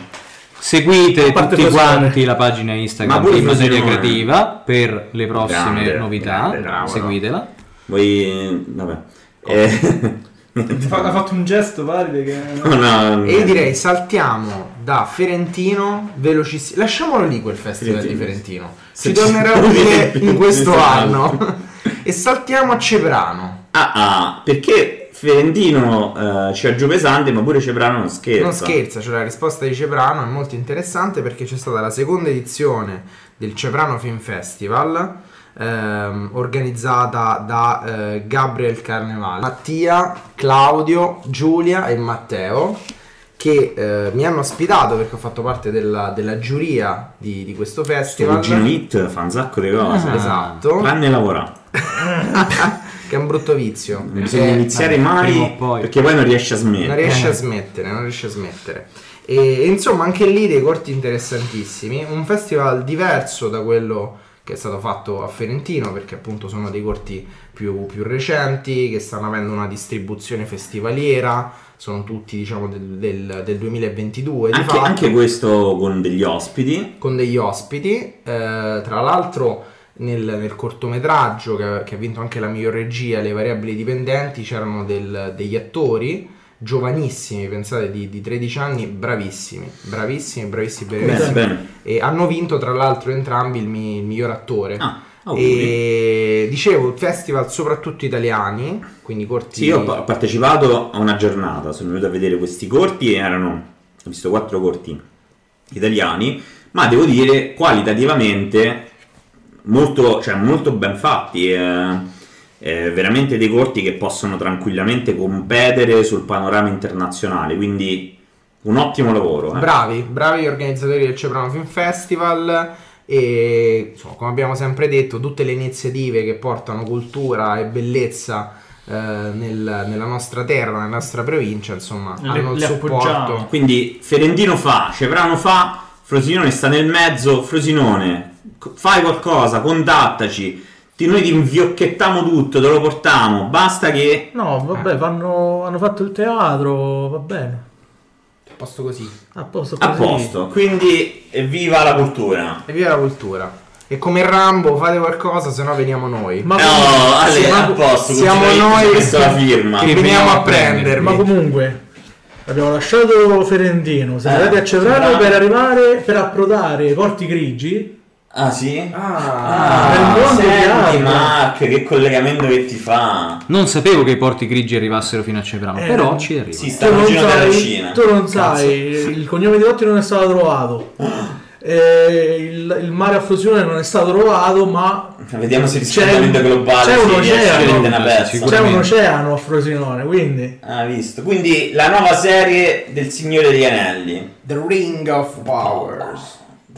S5: Seguite
S4: A parte eh.
S5: tutti
S4: Frosinone.
S5: quanti la pagina
S3: Ma
S5: Instagram
S3: pure
S5: di Maseria
S3: Frosinone.
S5: Creativa per le prossime
S3: Grande,
S5: novità.
S3: grande, bravo, no?
S5: Seguitela.
S3: Voi... eh, vabbè. Eh, *laughs*
S7: Ti fa- ha fatto un gesto, pare che...
S3: no, no, eh.
S6: E io direi saltiamo da Ferentino velocissimo. Lasciamolo lì quel festival di Ferentino.
S3: Se
S6: Ci
S3: ci-
S6: tornerà utile
S3: *laughs*
S6: in questo
S3: Esatto.
S6: anno. *laughs* e saltiamo a Ceprano.
S3: Ah, ah, perché Ferentino eh, ci ha giù pesante, ma pure Ceprano non scherza.
S6: Non scherza, cioè la risposta di Ceprano è molto interessante perché c'è stata la seconda edizione del Ceprano Film Festival ehm, organizzata da eh, Gabriel Carnevale, Mattia, Claudio, Giulia e Matteo che eh, mi hanno ospitato perché ho fatto parte della, della giuria di, di questo festival.
S3: Cugino Hit fa un sacco di cose.
S5: Ah.
S6: Esatto,
S3: Tranne lavorare.
S6: che è un brutto vizio.
S3: Non bisogna
S6: Eh,
S3: iniziare
S5: vabbè, prima
S3: mai
S5: o poi.
S3: perché poi non riesce a smettere.
S6: Non riesce a smettere, non riesce a smettere. E, e insomma, anche lì dei corti interessantissimi. Un festival diverso da quello che è stato fatto a Ferentino, perché appunto sono dei corti più, più recenti, che stanno avendo una distribuzione festivaliera, sono tutti diciamo del, del- del 2022 di
S3: Anche,
S6: fatto,
S3: anche questo con degli ospiti.
S6: con degli ospiti. Eh, tra l'altro nel, nel cortometraggio che, che ha vinto anche la miglior regia, Le variabili dipendenti, c'erano del- degli attori giovanissimi, pensate, di, di 13 anni, bravissimi, bravissimi, bravissimi,
S3: Bene,
S6: bravissimi.
S3: bene.
S6: E hanno vinto tra l'altro entrambi il, mi- il miglior attore.
S3: Ah, auguri.
S6: e dicevo, festival soprattutto italiani, quindi corti...
S3: Sì, io ho pa- ho partecipato a una giornata, sono venuto a vedere questi corti, erano, ho visto quattro corti italiani, ma devo dire qualitativamente molto, cioè, molto ben fatti, eh, eh, veramente dei corti che possono tranquillamente competere sul panorama internazionale, quindi un ottimo lavoro. eh.
S6: Bravi, bravi gli organizzatori del Ceprano Film Festival e insomma, come abbiamo sempre detto, tutte le iniziative che portano cultura e bellezza eh, nel- nella nostra terra, nella nostra provincia, insomma,
S7: Le-
S6: hanno il
S7: le
S6: supporto.
S7: appoggiamo.
S3: Quindi Ferentino fa, Ceprano fa, Frosinone sta nel mezzo, Frosinone co- fai qualcosa, contattaci, ti- noi ti inviocchettamo tutto, te lo portiamo, basta che...
S4: No, vabbè, fanno- hanno fatto il teatro, va bene.
S6: Posto così.
S4: A posto così.
S3: A posto, quindi evviva la cultura!
S6: E via la cultura. E come Rambo fate qualcosa, se no veniamo noi.
S4: Ma,
S3: No,
S4: comunque-
S3: Ale,
S6: siamo-
S3: a posto,
S6: siamo
S3: Cucciarelli,
S6: noi
S3: ci ha messo la firma.
S6: che veniamo a prendervi.
S3: eh.
S4: ma comunque, abbiamo lasciato Ferentino, siamo
S3: Eh,
S4: andati a Ceprano
S3: Ceprano.
S4: per arrivare, per approdare ai Porti Grigi.
S3: Ah sì?
S6: Ah,
S4: nel mondo
S3: senti
S4: di Rambo.
S3: Mark, che collegamento che ti fa!
S5: Non sapevo che i porti grigi arrivassero fino a Ceprano,
S4: Eh,
S5: però ci arrivano.
S3: Si sta
S4: Tu non,
S3: vicino della
S4: sai,
S3: Cina.
S4: tu non sai, il cognome di Totti non è stato
S3: *gasps*
S4: trovato. Eh, il, il mare a fusione non è stato trovato, ma
S3: Vediamo se il
S4: C'è un-
S3: riscaldamento globale
S4: c'è un
S3: si riesce a
S4: oceano,
S3: prendere una pezza.
S5: sicuramente.
S4: c'è un oceano a Frosinone, quindi
S3: Ah, visto. Quindi la nuova serie del Signore degli Anelli.
S6: The Ring of Powers.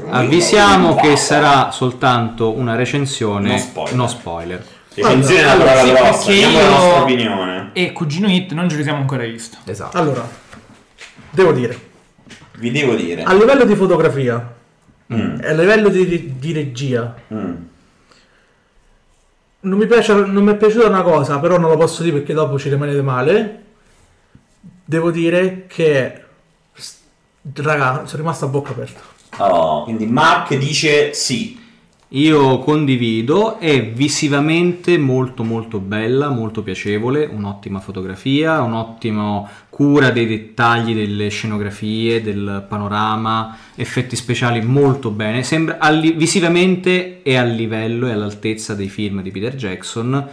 S5: Avvisiamo che sarà soltanto una recensione,
S3: No spoiler.
S5: no spoiler.
S3: Recensione alla
S7: allora,
S3: parola grossa,
S7: sì, perché
S3: diamo la
S7: io-
S3: nostra opinione.
S7: E Cugino Hit non ce li siamo ancora visti.
S6: Esatto.
S4: allora devo dire
S3: Vi devo dire.
S4: a livello di fotografia
S3: Mm,
S4: e a livello di, di regia
S3: mm.
S4: non mi, piace, non mi è piaciuta una cosa, però non lo posso dire perché dopo ci rimanete male. Devo dire che, s- raga, sono rimasto a bocca aperta. Cioè,
S3: Oh, quindi Mark dice sì.
S5: Io condivido, è visivamente molto molto bella, molto piacevole, un'ottima fotografia, un'ottima cura dei dettagli delle scenografie, del panorama, effetti speciali molto bene, sembra a li- visivamente è al livello e all'altezza dei film di Peter Jackson,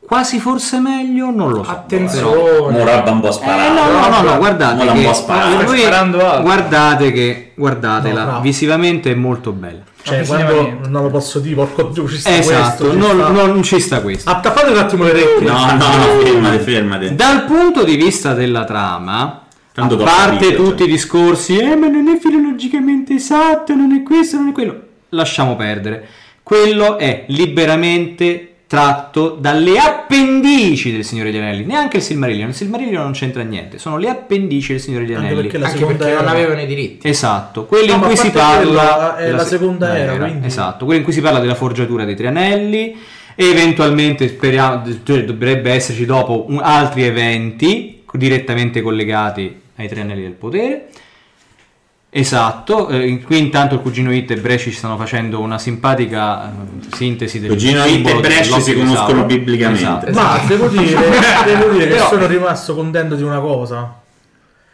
S5: quasi forse meglio, non lo so. però-
S6: Attenzione.
S3: Morabba un po' sparato.
S5: eh, no, no, no, no, guardate
S3: Mola un po' sparato.
S5: che, voi-
S7: Sparando alto.
S5: guardate che, guardatela,
S4: No, no.
S5: visivamente è molto bella.
S4: Cioè,
S7: Non si
S4: quando
S7: chiama niente.
S4: non lo posso dire, porco giù, ci sta
S5: Esatto,
S4: questo. ci
S5: non,
S4: sta-
S5: non ci sta questo.
S4: Attappate un attimo le orecchie.
S3: No, no,
S5: *laughs*
S3: no, fermate, fermate.
S5: Dal punto di vista della trama,
S3: Tanto
S5: a
S3: dopo
S5: parte
S3: capite,
S5: tutti i discorsi, eh, ma non è filologicamente esatto, non è questo, non è quello, lasciamo perdere. Quello è liberamente tratto dalle appendici del Signore degli Anelli, neanche il Silmarillion, il Silmarillion non c'entra niente, sono le appendici del Signore degli
S4: Anche
S5: Anelli.
S4: perché la
S6: Anche
S4: seconda
S6: perché non
S4: era-
S6: avevano i diritti.
S5: Esatto, quelli
S4: No,
S5: in
S4: ma
S5: cui
S4: a
S5: si
S4: parte quello,
S5: parla
S4: è la
S5: se-
S4: seconda era, quindi-
S5: Esatto, quelli in cui si parla della forgiatura dei tre anelli e eventualmente speriamo cioè, dovrebbe esserci dopo un- altri eventi direttamente collegati ai tre anelli del potere. Esatto, eh, qui intanto il cugino It e Bresci ci stanno facendo una simpatica eh, sintesi del
S3: Cugino It e
S5: simbolo
S3: Bresci si
S5: dell'Optimus
S3: conoscono
S5: Aurum.
S3: biblicamente.
S5: Esatto.
S4: Ma devo dire,
S5: *laughs*
S4: devo dire che
S5: Però-
S4: sono rimasto contento di una cosa.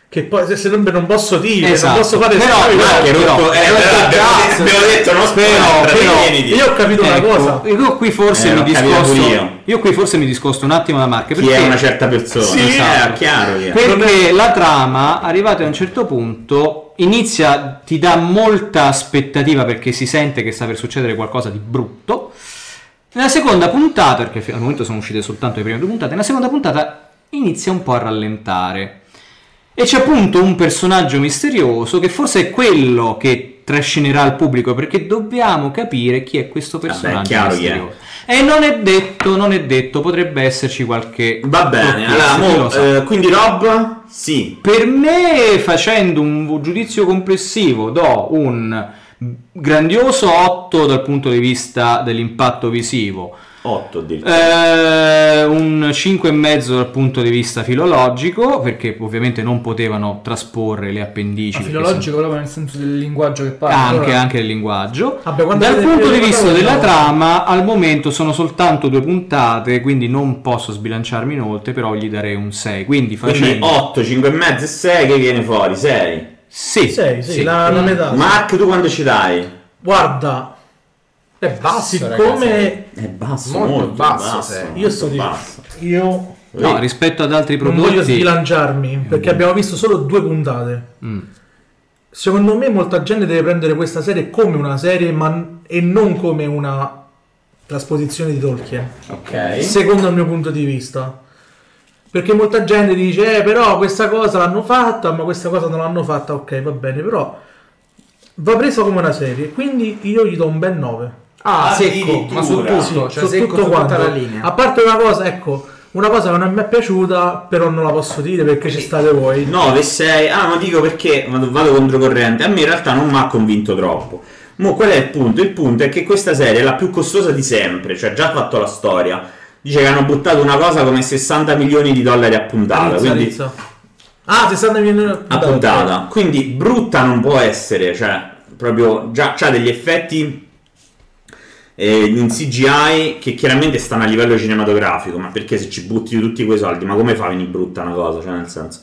S4: Che poi se, se non, non posso dire,
S5: Esatto.
S4: non posso fare
S5: Però-
S4: spoiler.
S5: però-
S3: Che
S5: però-
S3: rotto- eh,
S5: però-
S3: però abbiamo-
S5: cazzo.
S3: abbiamo detto non
S5: Però-
S3: spero,
S5: però-
S4: Io ho capito
S5: Ecco,
S4: una cosa.
S5: Io qui forse
S3: Eh,
S5: mi
S3: l'ho capito
S5: discosto.
S3: pure
S5: Io.
S3: io.
S5: qui forse mi discosto un attimo da Marche.
S3: chi
S5: perché
S3: è una certa persona.
S5: Sì,
S3: esatto.
S5: esatto.
S3: è chiaro chi è.
S5: Perché la trama, arrivata a un certo punto, inizia, ti dà molta aspettativa perché si sente che sta per succedere qualcosa di brutto. Nella seconda puntata, perché al momento sono uscite soltanto le prime due puntate, nella seconda puntata inizia un po' a rallentare. E c'è appunto un personaggio misterioso che forse è quello che trascinerà il pubblico perché dobbiamo capire chi è questo
S3: Vabbè, è
S5: personaggio
S3: chiaro chi è.
S5: misterioso. E non è detto, non è detto, potrebbe esserci qualche...
S3: Va bene, allora,
S5: chi
S3: mo,
S5: lo sa.
S3: eh, quindi Rob, sì.
S5: Per me, facendo un giudizio complessivo, do un grandioso 8 dal punto di vista dell'impatto visivo,
S3: 8 addirittura.
S5: eh, un 5,5 dal punto di vista filologico, perché ovviamente non potevano trasporre le appendici. perché
S7: filologico proprio nel senso del linguaggio che
S5: sono-
S7: parla.
S5: Anche,
S7: Allora,
S5: anche il linguaggio.
S4: Vabbè, quando
S5: Dal
S4: avete
S5: punto di
S4: finito
S5: vista
S4: la
S5: della
S4: trama-
S5: trama, al momento sono soltanto due puntate, quindi non posso sbilanciarmi inoltre, però gli darei un 6. Quindi
S3: Quindi
S5: facendo
S3: 8, 5 e mezzo e 6 che viene fuori, 6.
S5: Sì,
S4: Sei, sì, La, la metà.
S3: Mark, tu quando ci dai?
S4: Guarda,
S6: È basso,
S4: siccome
S3: È basso,
S6: Molto basso, sei.
S4: io sto di io
S5: No, rispetto ad altri
S4: non
S5: prodotti.
S4: voglio sbilanciarmi perché abbiamo visto solo due puntate.
S5: Mm.
S4: Secondo me molta gente deve prendere questa serie come una serie ma, e non come una trasposizione di Tolkien.
S3: Ok.
S4: secondo il mio punto di vista. Perché molta gente dice, eh, però questa cosa l'hanno fatta, ma questa cosa non l'hanno fatta, ok, va bene, però va presa come una serie, quindi io gli do un bel 9.
S6: Ah, secco,
S3: Addirittura.
S6: ma su tutto, Ah,
S4: Sì,
S6: cioè secco su tutta
S4: quanto.
S6: la linea.
S4: A parte una cosa, ecco, una cosa che non mi è piaciuta, però non la posso dire perché ci state voi.
S3: 9, 6. Ah, ma dico perché vado, vado controcorrente. A me in realtà non mi ha convinto troppo. Mo, qual è il punto? Il punto è che questa serie è la più costosa di sempre, cioè ha già fatto la storia. Dice che hanno buttato una cosa come 60 milioni di dollari a puntata,
S4: Rizza,
S3: quindi
S4: Rizza. Ah, 60 milioni
S3: a puntata. Quindi brutta non può essere, cioè proprio già c'ha degli effetti eh, in CGI che chiaramente stanno a livello cinematografico, ma perché se ci butti tutti quei soldi, ma come fa a venire brutta una cosa, cioè nel senso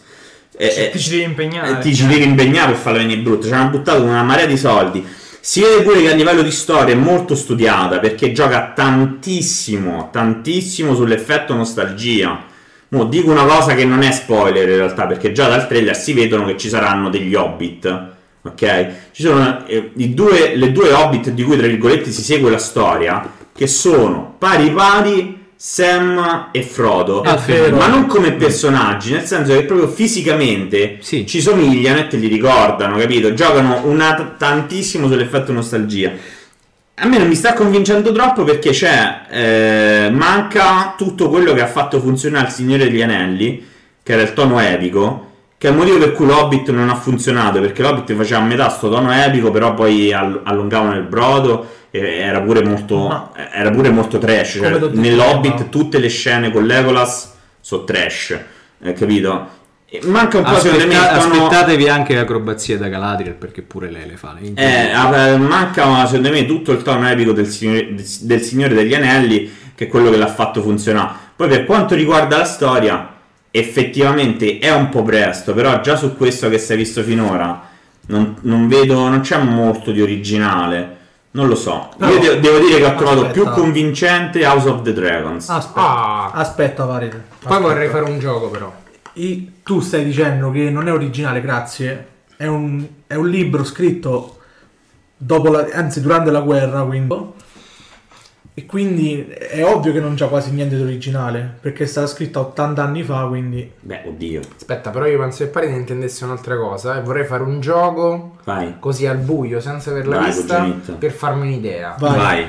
S3: eh,
S7: Ci-
S3: eh,
S7: ti ci devi impegnare. cioè.
S3: eh, ti ci devi impegnare per farla venire brutta, ci hanno buttato una marea di soldi. Si vede pure che a livello di storia è molto studiata perché gioca tantissimo, tantissimo sull'effetto nostalgia. Mo, dico una cosa che non è spoiler in realtà, perché già dal trailer si vedono che ci saranno degli hobbit. Ok? Ci sono eh, i due, le due hobbit di cui, tra virgolette, si segue la storia, che sono pari pari Sam e Frodo.
S5: Ah, sì.
S3: ma non come personaggi, nel senso che proprio fisicamente
S5: Sì.
S3: ci somigliano e te li ricordano, capito? Giocano una- tantissimo sull'effetto nostalgia. A me non mi sta convincendo troppo perché c'è. eh, manca tutto quello che ha fatto funzionare il Signore degli Anelli, che era il tono epico. Che è il motivo per cui l'Hobbit non ha funzionato, perché l'Hobbit faceva a metà sto tono epico, però poi all- allungavano il brodo e era pure molto,
S4: Ma-
S3: era pure molto trash. Cioè,
S4: Come lo dicevo,
S3: nell'Hobbit
S4: no?
S3: tutte le scene con Legolas sono trash, eh, capito? E Manca un po' secondo me il
S5: Aspetta-
S3: tono-
S5: aspettatevi anche acrobazie da Galadriel perché pure lei le fa. le
S3: Eh,
S5: incredibili.
S3: ah, eh, manca secondo me tutto il tono epico del signore, del Signore degli Anelli, che è quello che l'ha fatto funzionare. Poi per quanto riguarda la storia, effettivamente è un po' presto, però già su questo che si è visto finora non, non vedo, non c'è molto di originale. Non lo so.
S4: No.
S3: Io de- devo dire che ho trovato
S4: Aspetta.
S3: più convincente House of the Dragons.
S4: Aspetta,
S6: Ah.
S4: aspetta, Varid.
S6: Poi
S4: Aspetta.
S6: vorrei fare un gioco però.
S4: I- tu stai dicendo che non è originale, grazie. È un, è un libro scritto dopo la, anzi durante la guerra, quindi. E quindi è ovvio che non c'è quasi niente di originale, perché è stata scritta 80 anni fa, quindi...
S3: Beh, oddio.
S6: Aspetta, però io penso che Paride intendesse un'altra cosa e vorrei fare un gioco
S3: Vai.
S6: così al buio, senza averla
S3: Vai,
S6: vista,
S3: Cuginetta.
S6: per farmi un'idea.
S4: Vai.
S3: Vai.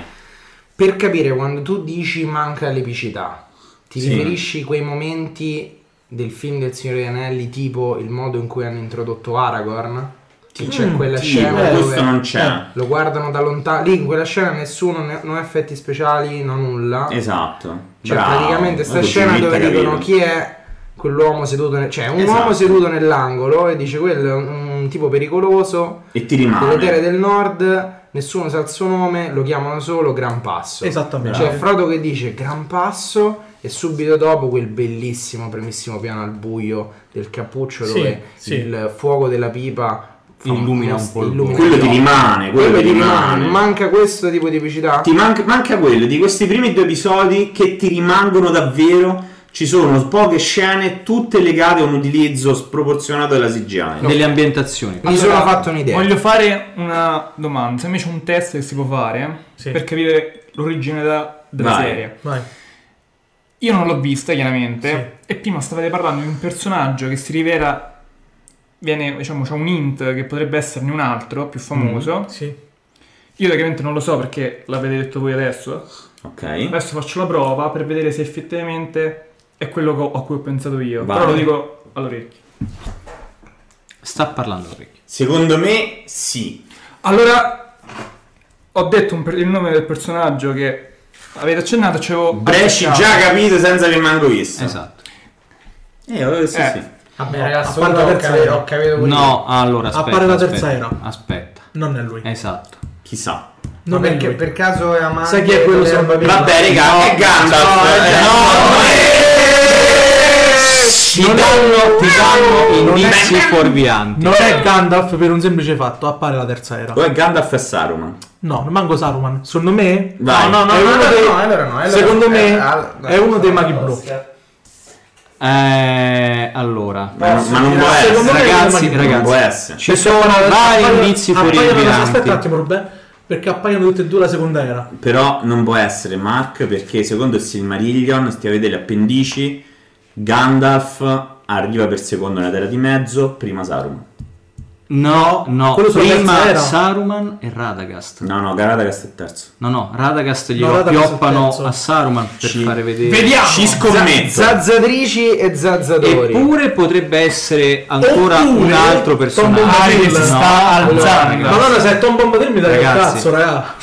S6: per capire quando tu dici manca l'epicità, ti
S3: Sì.
S6: riferisci quei momenti del film del Signore degli Anelli, tipo il modo in cui hanno introdotto Aragorn? Che c'è quella
S3: Mm, Sì,
S6: scena
S3: ma questo
S6: dove
S3: non c'è.
S6: lo guardano da lontano. Lì in quella scena nessuno, ne- non ha effetti speciali, non nulla.
S3: Esatto.
S6: Eh. Cioè,
S3: Bravo.
S6: praticamente
S3: Ma
S6: sta
S3: tu
S6: scena
S3: finta
S6: dove
S3: capito.
S6: dicono chi è quell'uomo seduto nel, cioè un
S3: Esatto.
S6: uomo seduto nell'angolo e dice quello è un, un tipo pericoloso
S3: E ti
S6: delle terre
S3: rimane.
S6: del nord nessuno sa il suo nome lo chiamano solo Gran Passo
S4: Esattamente.
S6: c'è Frodo che dice Gran Passo e subito dopo quel bellissimo primissimo piano al buio del cappuccio
S4: Sì,
S6: dove
S4: sì.
S6: il fuoco della pipa fa
S5: Illumina un po' il
S6: illumina
S3: Quello
S6: gli
S3: ti
S6: occhi.
S3: rimane, quello ti rimane.
S6: manca questo tipo di epicità
S3: Ti manca, manca quello di questi primi due episodi che ti rimangono davvero. Ci sono poche scene, tutte legate a un utilizzo sproporzionato della CGI.
S5: Delle ambientazioni.
S6: mi sono fatto un'idea
S7: Voglio fare una domanda, se invece un test che si può fare
S4: Sì.
S7: per capire l'origine da- della
S3: Vai.
S7: serie.
S4: Vai.
S7: Io non l'ho vista, chiaramente. E prima stavate parlando di un personaggio che si rivela. Viene, diciamo, c'è un int che potrebbe esserne un altro più famoso.
S4: Sì.
S7: Io, chiaramente, non lo so perché l'avete detto voi adesso.
S3: Ok.
S7: Adesso faccio la prova per vedere se effettivamente è quello che ho- a cui ho pensato io.
S3: Vai.
S7: Però lo dico all'orecchio.
S5: Sta parlando Ricky.
S3: Secondo me sì.
S7: Allora, ho detto un per- il nome del personaggio che avete accennato. ce l'avevo
S3: Bresci
S7: attaccato.
S3: già capito senza che manco visto.
S5: Esatto.
S3: Eh, allora sì,
S7: Eh.
S3: sì.
S6: Vabbè,
S4: No,
S6: ragazzi,
S4: appare
S6: ora
S4: la
S6: ho
S4: terza
S6: capito,
S4: era.
S6: ho capito quello.
S5: No, allora aspetta.
S4: Appare la terza
S5: aspetta,
S4: era.
S5: Aspetta.
S4: Non è lui.
S5: Esatto.
S3: Chissà.
S6: Eh, Ma
S4: Non è
S6: perché
S4: lui.
S6: per caso è amante.
S4: Sai chi è quello
S6: delle-
S4: salvavita?
S3: Vabbè, raga, è Gandalf. eh,
S5: Ti danno, ti danno
S4: non è-
S5: indizi fuorvianti.
S4: Non è Gandalf per un semplice fatto, appare la terza era.
S3: no! O è Gandalf e Saruman?
S4: No, non manco Saruman. Secondo me
S3: Vai.
S6: No, no,
S4: È uno
S6: allora
S4: dei-
S6: no, allora no, allora-
S4: secondo me
S6: eh, al-
S4: è uno dei maghi blu.
S5: Eh, allora.
S3: Ma, non- ma non può
S4: Secondo
S3: essere.
S4: me è
S5: Ragazzi,
S4: non
S3: Non può
S5: ragazzi.
S3: essere.
S5: Ci sono vari
S4: Appaiono-
S5: indizi
S4: appaiono- Aspetta un
S5: fuorvianti.
S4: attimo, Robè, perché appaiono tutte e due la seconda era.
S3: Però non può essere Mark perché secondo il Silmarillion, se ti avete le appendici, Gandalf arriva per secondo nella Terra di Mezzo, prima Saruman.
S5: No, no.
S4: Quello sulla terza
S5: Prima
S4: era.
S5: Saruman e Radagast.
S3: No, no, Garadagast è terzo.
S5: No, no, Radagast glielo
S4: No, Radagast è il
S5: pioppano
S4: terzo.
S5: a Saruman per
S3: Ci-
S5: fare vedere.
S7: Vediamo!
S3: Ci scommetto.
S6: Zazzatrici e zazzatori.
S5: Eppure potrebbe essere ancora
S4: Oppure
S5: un altro personaggio. Ah,
S4: Tom Bombadil.
S5: No,
S4: Si
S7: sta
S5: allora,
S7: alzando.
S5: ragazzi,
S4: Madonna, se è Tom Bombadil mi dai il
S5: Ragazzi.
S4: cazzo, raga.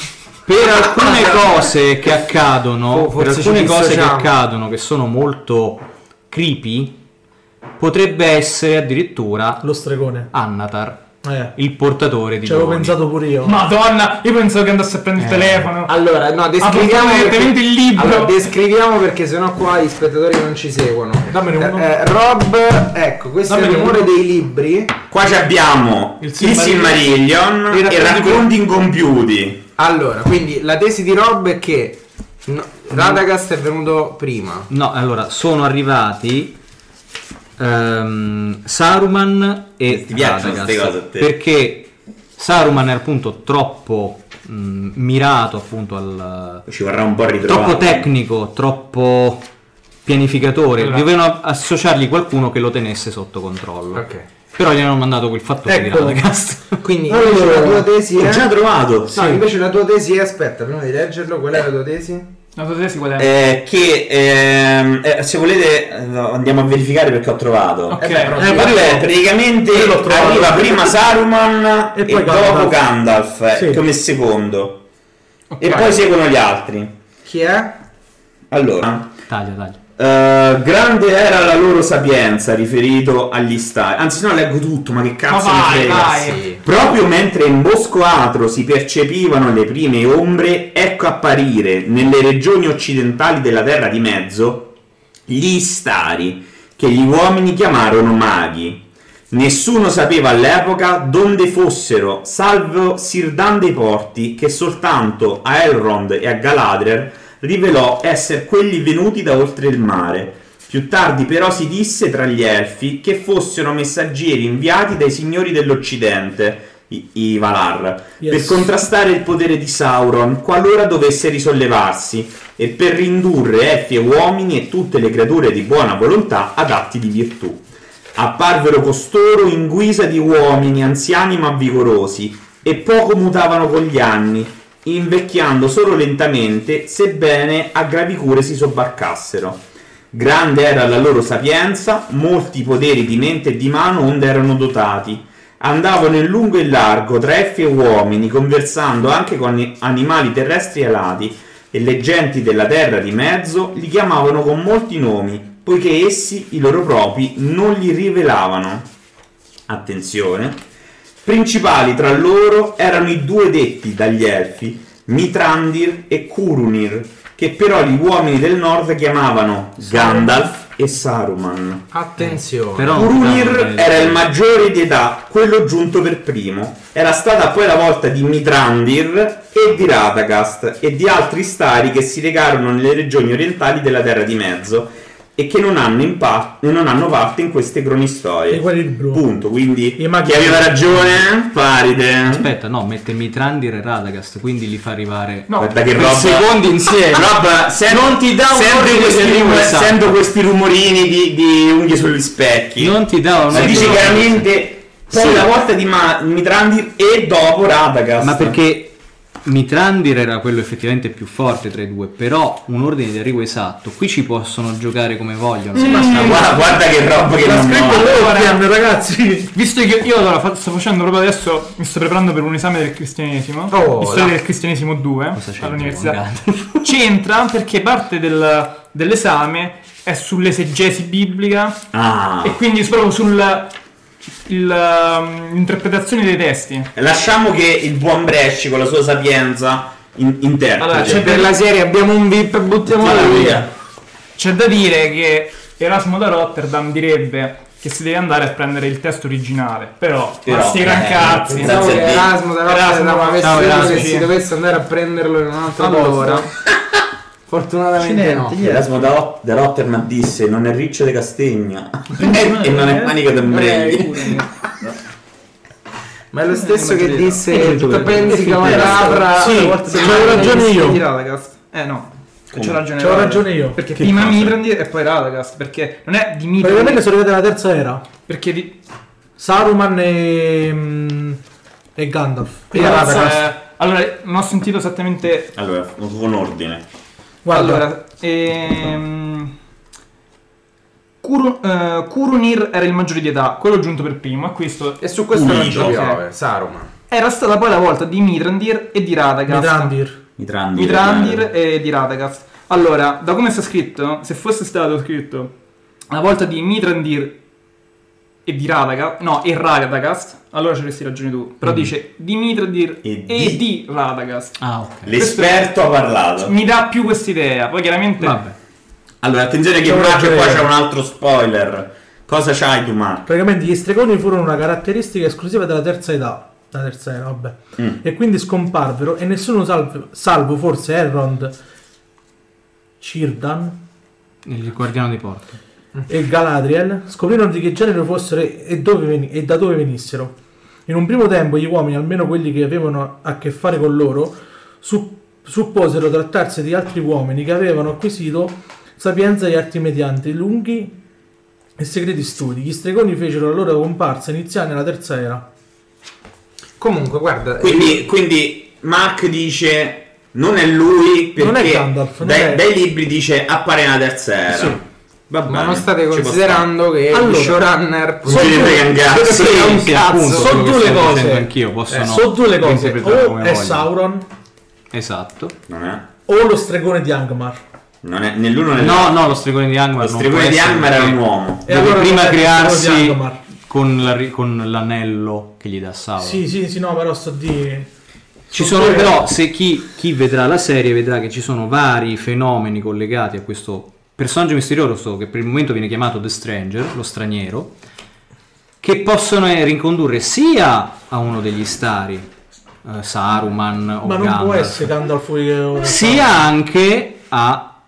S5: Per
S6: *laughs*
S5: alcune cose che accadono,
S6: Oh,
S5: per
S6: forse ci
S5: alcune cose che
S6: dissociamo.
S5: accadono che sono molto creepy, potrebbe essere addirittura
S4: Lo stregone.
S5: Annatar,
S4: Eh,
S5: il portatore di
S4: ci avevo
S5: doni.
S4: pensato pure io.
S7: Madonna, io pensavo che andasse a prendere
S5: Eh.
S7: il telefono.
S6: Allora, no, descriviamo
S7: Ah, direttamente il libro.
S6: Allora, descriviamo perché sennò qua gli spettatori non ci seguono.
S4: Dammene uno.
S6: Eh, eh, Rob, ecco, questo è il
S4: Dammene
S6: rumore
S4: uno.
S6: dei libri.
S3: Qua ci abbiamo il
S4: Il Silmarillion.
S3: Silmarillion
S6: I
S3: e i
S6: racconti-
S3: racconti incompiuti.
S6: Allora, quindi la tesi di Rob è che no, Radagast è venuto prima.
S5: No, allora, sono arrivati ehm, Saruman e
S3: Ti piacciono
S5: Radagast,
S3: queste cose a te?
S5: perché Saruman era appunto troppo mh, mirato appunto al
S3: Ci vorrà un po' ritrovare.
S5: troppo tecnico, troppo pianificatore,
S7: Allora.
S5: dovevano associargli qualcuno che lo tenesse sotto controllo.
S6: Ok.
S5: Però gli hanno mandato quel fattore
S4: Eccolo.
S5: di Radagast. *laughs*
S6: Quindi
S4: Allora.
S6: invece la tua tesi eh?
S3: L'ho
S6: è
S3: già trovato.
S6: No, invece la tua tesi è aspetta, prima di leggerlo, qual è la tua tesi?
S7: La tua tesi qual è?
S3: Eh, che ehm, eh, se volete eh, andiamo a verificare perché ho trovato.
S7: Ok.
S6: eh, però-
S3: Eh, vabbè, praticamente
S4: Io l'ho trovato.
S3: arriva prima Saruman e,
S4: E poi
S3: dopo
S4: Gandalf.
S3: Gandalf eh,
S4: Sì.
S3: come secondo.
S7: Ok.
S3: E poi seguono gli altri.
S6: Chi è?
S3: Allora,
S5: Taglia, taglia.
S3: eh, grande era la loro sapienza riferito agli stari. Anzi, no, leggo tutto, ma che cazzo
S7: Ma
S3: mi
S7: vai,
S3: frega.
S7: vai.
S6: Sì.
S3: Eh, Proprio mentre in Bosco Atro si percepivano le prime ombre, ecco apparire nelle regioni occidentali della Terra di Mezzo gli stari, che gli uomini chiamarono maghi. Nessuno sapeva all'epoca dove fossero, salvo Sirdan dei Porti, che soltanto a Elrond e a Galadriel rivelò essere quelli venuti da oltre il mare. Più tardi però si disse tra gli elfi che fossero messaggeri inviati dai signori dell'Occidente, i, i Valar,
S4: Yes.
S3: per contrastare il potere di Sauron qualora dovesse risollevarsi e per rindurre elfi e uomini e tutte le creature di buona volontà ad atti di virtù. Apparvero costoro in guisa di uomini anziani ma vigorosi e poco mutavano con gli anni invecchiando solo lentamente, sebbene a gravi cure si sobbarcassero. Grande era la loro sapienza, molti poteri di mente e di mano onde erano dotati. Andavano in lungo e in largo, tra effi e uomini, conversando anche con animali terrestri alati, e le genti della terra di mezzo li chiamavano con molti nomi, poiché essi i loro propri non li rivelavano. Attenzione. Principali tra loro erano i due detti dagli elfi, Mitrandir e Kurunir, che però gli uomini del nord chiamavano Gandalf e Saruman.
S6: Attenzione.
S5: Però-
S3: Brunir era il maggiore di età, quello giunto per primo. Era stata poi la volta di Mitrandir e di Radagast e di altri stari che si recarono nelle regioni orientali della Terra di Mezzo e che non hanno, in pa- non hanno parte in queste cronistorie.
S4: E quelli di blu.
S3: Punto, quindi chi
S4: E maghi-
S3: aveva ragione? Paride.
S5: Aspetta, no, mette Mitrandir e Radagast, quindi li fa arrivare...
S7: No,
S3: Guarda che
S5: Per
S3: roba.
S5: secondi insieme.
S3: Rob, se-
S5: Non ti dà un
S3: sempre
S5: ordine
S3: questi,
S5: di
S3: rumo-
S5: rumo, esatto.
S3: essendo questi rumorini di, di unghie sugli specchi.
S5: Non ti dà un
S3: Si dice
S5: ordine-
S3: chiaramente poi
S5: Sì.
S3: la volta di Ma- Mitrandir e dopo Radagast.
S5: Ma perché Mitrandir era quello effettivamente più forte tra i due, però un ordine di arrivo esatto, qui ci possono giocare come vogliono.
S3: Ma guarda, guarda che roba che
S4: L'ha
S3: non
S4: scritto
S3: ho.
S4: loro Fiamme, ragazzi.
S7: Ecco, Visto che io allora fa- sto facendo proprio adesso, mi sto preparando per un esame del cristianesimo,
S6: Oh,
S7: storia
S6: là.
S7: del cristianesimo 2
S5: Cosa c'entra con
S7: all'università.
S5: Gandalf?
S7: *laughs* C'entra perché parte del- dell'esame è sull'esegesi biblica e
S3: Ah,
S7: quindi proprio sulla l'interpretazione dei testi.
S3: lasciamo che il buon Bresci con la sua sapienza in- interpreti.
S7: Allora, c'è
S6: Cioè, per la serie abbiamo un VIP e buttiamola
S3: Via.
S6: via.
S7: C'è da dire che Erasmo da Rotterdam direbbe che si deve andare a prendere il testo originale, però,
S3: Però,
S7: ma sti
S3: eh,
S7: grancazzi.
S3: esatto.
S6: Pensavo
S3: Grazie
S6: che
S3: a te.
S6: Erasmo da Rotterdam
S7: Erasmo,
S6: avesse
S7: ciao,
S6: detto che
S7: Erasmo,
S6: si
S7: sì.
S6: dovesse andare a prenderlo in un altro
S4: Allora.
S6: posto. Fortunatamente no.
S3: Erasmo da, Rot- da Rotterdam disse non è riccio di Castegna *laughs* e non è panico di Brelli.
S6: Ma è lo stesso che
S5: Eh,
S6: disse
S5: tutto
S6: tu pensi che
S3: Eh,
S6: capra
S4: sì,
S6: forse
S4: c'avevo
S6: domani
S4: ragione
S6: si
S4: io.
S6: di Radagast. Eh no. C'ho ragione,
S4: C'ho
S6: Radagast.
S4: ragione io.
S6: Perché
S4: Che
S6: prima
S4: cosa?
S6: Mitrandir e poi Radagast. Perché non è di
S4: Praticamente
S6: Mitrandir.
S4: sono arrivati alla terza era.
S7: Perché di-
S4: Saruman e. mm, e Gandalf.
S7: quindi,
S4: E
S7: non so,
S4: Radagast.
S7: eh, allora, non ho sentito esattamente.
S3: Allora, con ordine.
S4: Guarda,
S7: Allora, ehm, Kuru- eh, Kurunir era il maggiore di età, quello giunto per primo, e questo
S6: E su questo
S3: Unito.
S6: non ci piove.
S7: Ok.
S6: Saruman.
S7: era stata poi la volta di Mitrandir e di Radagast.
S4: Mitrandir.
S3: Mitrandir.
S7: Mitrandir e di Radagast. Allora, da come sta scritto, se fosse stato scritto la volta di Mitrandir e di Radagast, no, e Radagast, allora ci avresti ragione tu.
S5: Mm.
S7: Però dice di Mitrandir
S3: E
S7: e,
S3: di-
S7: di... Radagast.
S5: Ah, ok.
S3: L'esperto ha parlato.
S7: Mi dà più quest'idea, poi chiaramente...
S5: Vabbè.
S3: Allora, attenzione che
S4: C'è una
S3: Marco qua
S4: gioia.
S3: c'è un altro spoiler. Cosa c'hai tu, Marco?
S4: Praticamente gli stregoni furono una caratteristica esclusiva della terza età. La terza era, vabbè.
S3: Mm.
S4: E quindi scomparvero e nessuno salvo, salvo forse Elrond, Cirdan
S5: Il guardiano di porta.
S4: e Galadriel scoprirono di che genere fossero e, dove veni- e da dove venissero. In un primo tempo gli uomini, almeno quelli che avevano a che fare con loro, su- supposero trattarsi di altri uomini che avevano acquisito sapienza e arti mediante lunghi e segreti studi. Gli stregoni fecero la loro comparsa iniziale nella terza era.
S6: Comunque, guarda.
S3: Quindi, quindi Mark dice non è lui perché
S4: Non è Gandalf, non
S3: dai,
S4: è-
S3: dai libri dice appare nella terza era.
S4: Sì.
S3: Va
S6: Ma
S3: bene,
S6: non state
S3: ci può
S6: considerando che il
S4: Allora.
S6: showrunner
S3: stare. Non ce ne frega un cazzo.
S6: Sì, è un
S5: sì,
S6: cazzo.
S5: appunto,
S6: Sono
S5: quello che
S6: due
S5: stavo
S6: cose.
S5: dicendo Anch'io
S3: Eh,
S5: possono
S4: Eh, sono due le cose,
S5: interpretarlo
S4: o
S5: come
S4: è
S5: vogliono.
S4: Sauron
S5: Esatto.
S3: Non è,
S4: o lo stregone di Angmar.
S3: non è né l'uno né
S5: No,
S3: l'altro.
S5: no, lo stregone di Angmar
S3: Lo stregone di Angmar era un uomo.
S4: E
S5: Deve
S4: allora
S5: prima
S4: non è il stregone di
S5: crearsi
S4: Angmar.
S5: con, la ri- con l'anello che gli dà Sauron.
S4: Sì, sì, sì, no, però sto di...
S5: Ci
S4: sto
S5: sono
S4: di-
S5: però, se chi, chi vedrà la serie vedrà che ci sono vari fenomeni collegati a questo personaggio misterioso che per il momento viene chiamato The Stranger, lo straniero, che possono eh, rincondurre sia a uno degli stari, eh, Saruman o
S4: Ma non può
S5: Gandalf,
S4: essere Gandalf o...
S5: sia anche a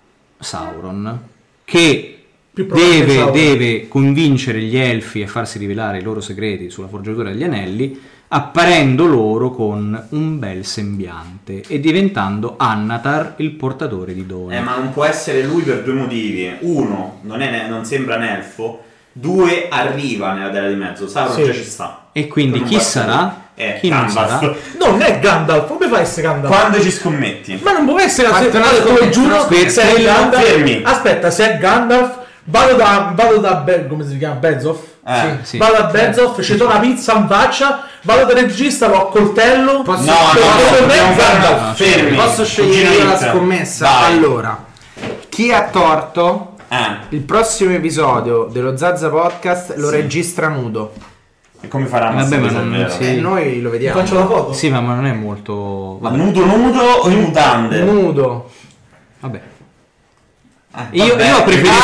S5: Sauron, che
S4: Più probabile
S5: deve,
S4: Sauron.
S5: deve convincere gli elfi a farsi rivelare i loro segreti sulla forgiatura degli anelli, apparendo loro con un bel sembiante e diventando Annatar il portatore di doni.
S3: Eh, ma non può essere lui per due motivi. Uno, non, è, non sembra un elfo. Due, arriva nella terra di mezzo. Sauron
S4: Sì.
S3: già ci sta.
S5: E quindi
S3: Non
S5: chi
S3: guarda.
S5: sarà?
S3: è
S5: Chi non
S3: Canvas.
S5: sarà?
S4: Non è Gandalf, come fa a essere
S3: *laughs*
S4: Gandalf?
S3: Quando ci scommetti?
S4: Ma non può essere
S5: Fatto una
S4: Gandalf, te lo giuro,
S5: scommessa,
S4: se è
S3: quello-
S4: Gandalf...
S3: fermi.
S4: Aspetta, se è Gandalf... Vado da... Vado da... Be- come si chiama? Bezoff?
S3: Eh,
S5: sì.
S4: Vado da Bezoff, ci do una pizza in faccia, vado dal regista, lo accoltello...
S3: No,
S6: Posso-
S3: no,
S4: Perché
S3: no,
S4: per me
S3: dobbiamo
S4: è
S3: fare-
S4: Gandalf.
S3: fermi.
S6: Posso scegliere io
S3: Cugino
S6: la
S3: Hit.
S6: scommessa?
S3: Vai.
S6: Allora, chi ha torto?
S3: Eh,
S6: Il prossimo episodio dello Zazza Podcast lo registra nudo.
S3: e come farà
S5: Vabbè, ma
S3: Massimo
S5: non- Eh,
S3: Cervero?
S5: sì.
S6: E noi lo vediamo.
S4: Faccio la foto?
S5: Sì, ma ma non è molto...
S3: Ma
S5: Vabbè.
S3: nudo nudo o in mutande?
S6: Nudo.
S5: vabbè.
S3: Eh,
S5: Io,
S3: vabbè. *laughs*
S5: io preferisco,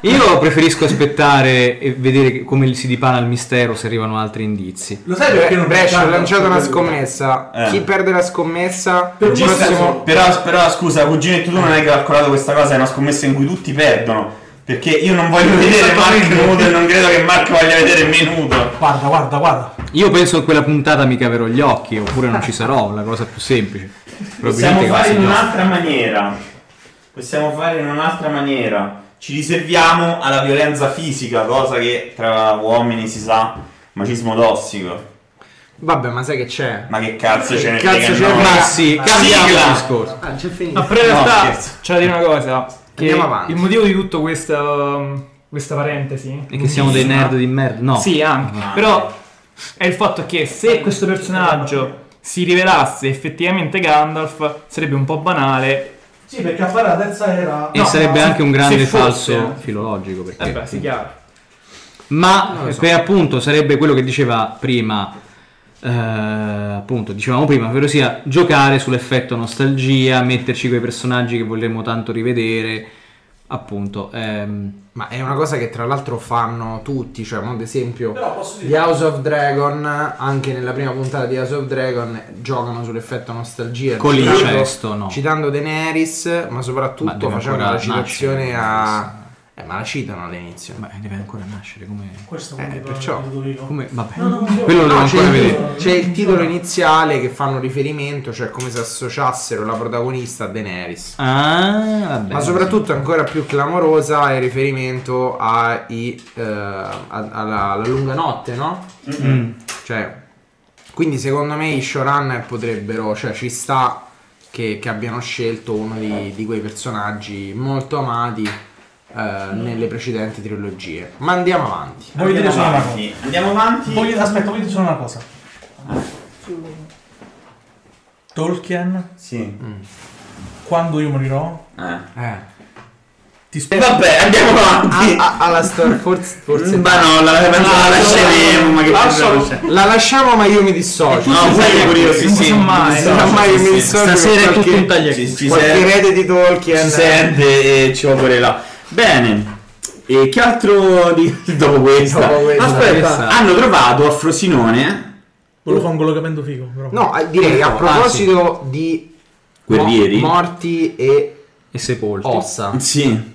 S5: io preferisco aspettare e vedere come si dipana il mistero se arrivano altri indizi.
S4: Lo sai perché non
S6: Brescia ha
S4: Gandalf?
S6: lanciato una scommessa.
S3: Eh.
S6: Chi perde la scommessa?
S4: Per
S6: il
S4: chi sta
S6: prossimo-
S4: su-
S3: Però, però scusa, cugino, tu non hai calcolato questa cosa, è una scommessa in cui tutti perdono. Perché io non
S5: *laughs*
S3: voglio vedere Marco nudo e non credo che Marco voglia vedere me nudo.
S4: Guarda, guarda, guarda.
S5: Io penso che quella puntata mica avrò gli occhi, oppure non ci sarò, la cosa più semplice.
S3: Possiamo
S5: Probabilmente
S3: fare
S5: quasi
S3: in
S5: no.
S3: un'altra maniera. Possiamo fare in un'altra maniera. Ci riserviamo alla violenza fisica, cosa che tra uomini si sa, macismo tossico.
S6: Vabbè, ma sai che c'è?
S3: Ma che cazzo ce ne
S6: Cazzo
S3: frega
S6: ce ne
S3: a noi?
S5: Ma sì, cambiamo
S3: Sigla!
S5: discorso.
S6: Ah, c'è finito.
S7: No, però in realtà
S3: scherzo.
S7: c'è da dire una cosa. Che
S6: Andiamo avanti.
S7: Il motivo di tutto questa, um, questa parentesi.
S5: E che siamo dei nerd di merda. No.
S7: Sì, anche.
S3: Ah.
S7: Però è il fatto che se questo personaggio si rivelasse effettivamente Gandalf sarebbe un po' banale.
S4: Sì, perché a fare la terza era...
S5: E
S7: No,
S5: sarebbe
S7: no,
S5: anche un grande
S7: se fosse-
S5: falso filologico. Perché,
S7: Eh beh, sì, chiaro.
S5: Ma
S6: lo so.
S5: per appunto sarebbe quello che diceva prima. eh, appunto, dicevamo prima, ovvero sia giocare sull'effetto nostalgia, metterci quei personaggi che vogliamo tanto rivedere. Appunto, ehm,
S6: Ma è una cosa che tra l'altro fanno tutti, cioè, mo, ad esempio, di House of Dragon, anche nella prima puntata di House of Dragon, giocano sull'effetto nostalgia.
S5: Con
S6: citando-
S5: l'incesto, no.
S6: Citando Daenerys, ma
S5: Ma
S6: soprattutto
S5: deve
S6: facendo
S5: ancora
S6: la citazione
S5: nascere,
S6: a... Eh, ma la citano all'inizio.
S5: beh, deve ancora nascere come.
S4: Questo
S6: Eh, perciò.
S5: come- vabbè,
S4: No, no, no.
S5: quello lo devo
S6: No, Ah, c'è,
S5: ancora vedere.
S6: il, c'è il titolo iniziale che fanno riferimento, cioè come se associassero la protagonista a Daenerys.
S5: Ah, vabbè.
S6: Ma soprattutto ancora più clamorosa è il riferimento ai, eh, a- alla, alla lunga notte, no?
S5: Mm.
S6: Cioè, quindi secondo me i showrunner potrebbero, cioè ci sta che, che abbiano scelto uno di, di quei personaggi molto amati eh, nelle precedenti trilogie. Ma andiamo avanti.
S4: Voglio dire solo
S3: Andiamo
S4: una cosa.
S3: avanti. Andiamo avanti.
S4: Voglio- aspetta, voglio dire solo una cosa. Tolkien,
S3: Sì.
S4: quando io morirò,
S3: Eh.
S4: ti
S3: E
S4: spiego.
S3: vabbè, andiamo avanti.
S6: A- a- Ah, alla storia forse, forse-
S3: Ma Ah, no, la penso la lasceremo, ma che
S6: Lasciamo-
S3: cosa c'è?
S6: la lasciamo ma io mi dissocio.
S3: No,
S6: Sì,
S3: sai
S6: sì,
S3: che curioso, sì,
S6: sì.
S7: non
S3: sì.
S7: so mai.
S3: sì,
S6: Non so
S3: sì,
S6: mai
S3: sì,
S6: mi
S3: sì.
S6: dissocio
S5: Stasera è
S6: perché-
S5: tutto un tagliacchino.
S3: Ci, ci
S6: qualche
S3: sente,
S6: erede di Tolkien
S3: ci sente e ci va pure là. Bene, e che altro di, *laughs* dopo questa?
S6: Dopo questa.
S4: Aspetta,
S5: Questa-
S3: Hanno trovato a Frosinone,
S4: volevo fare un collocamento figo, però.
S6: no eh, direi a
S5: Ah,
S6: proposito di mo-
S3: Guerrieri.
S6: morti e
S5: E sepolti.
S6: ossa
S3: eh? sì,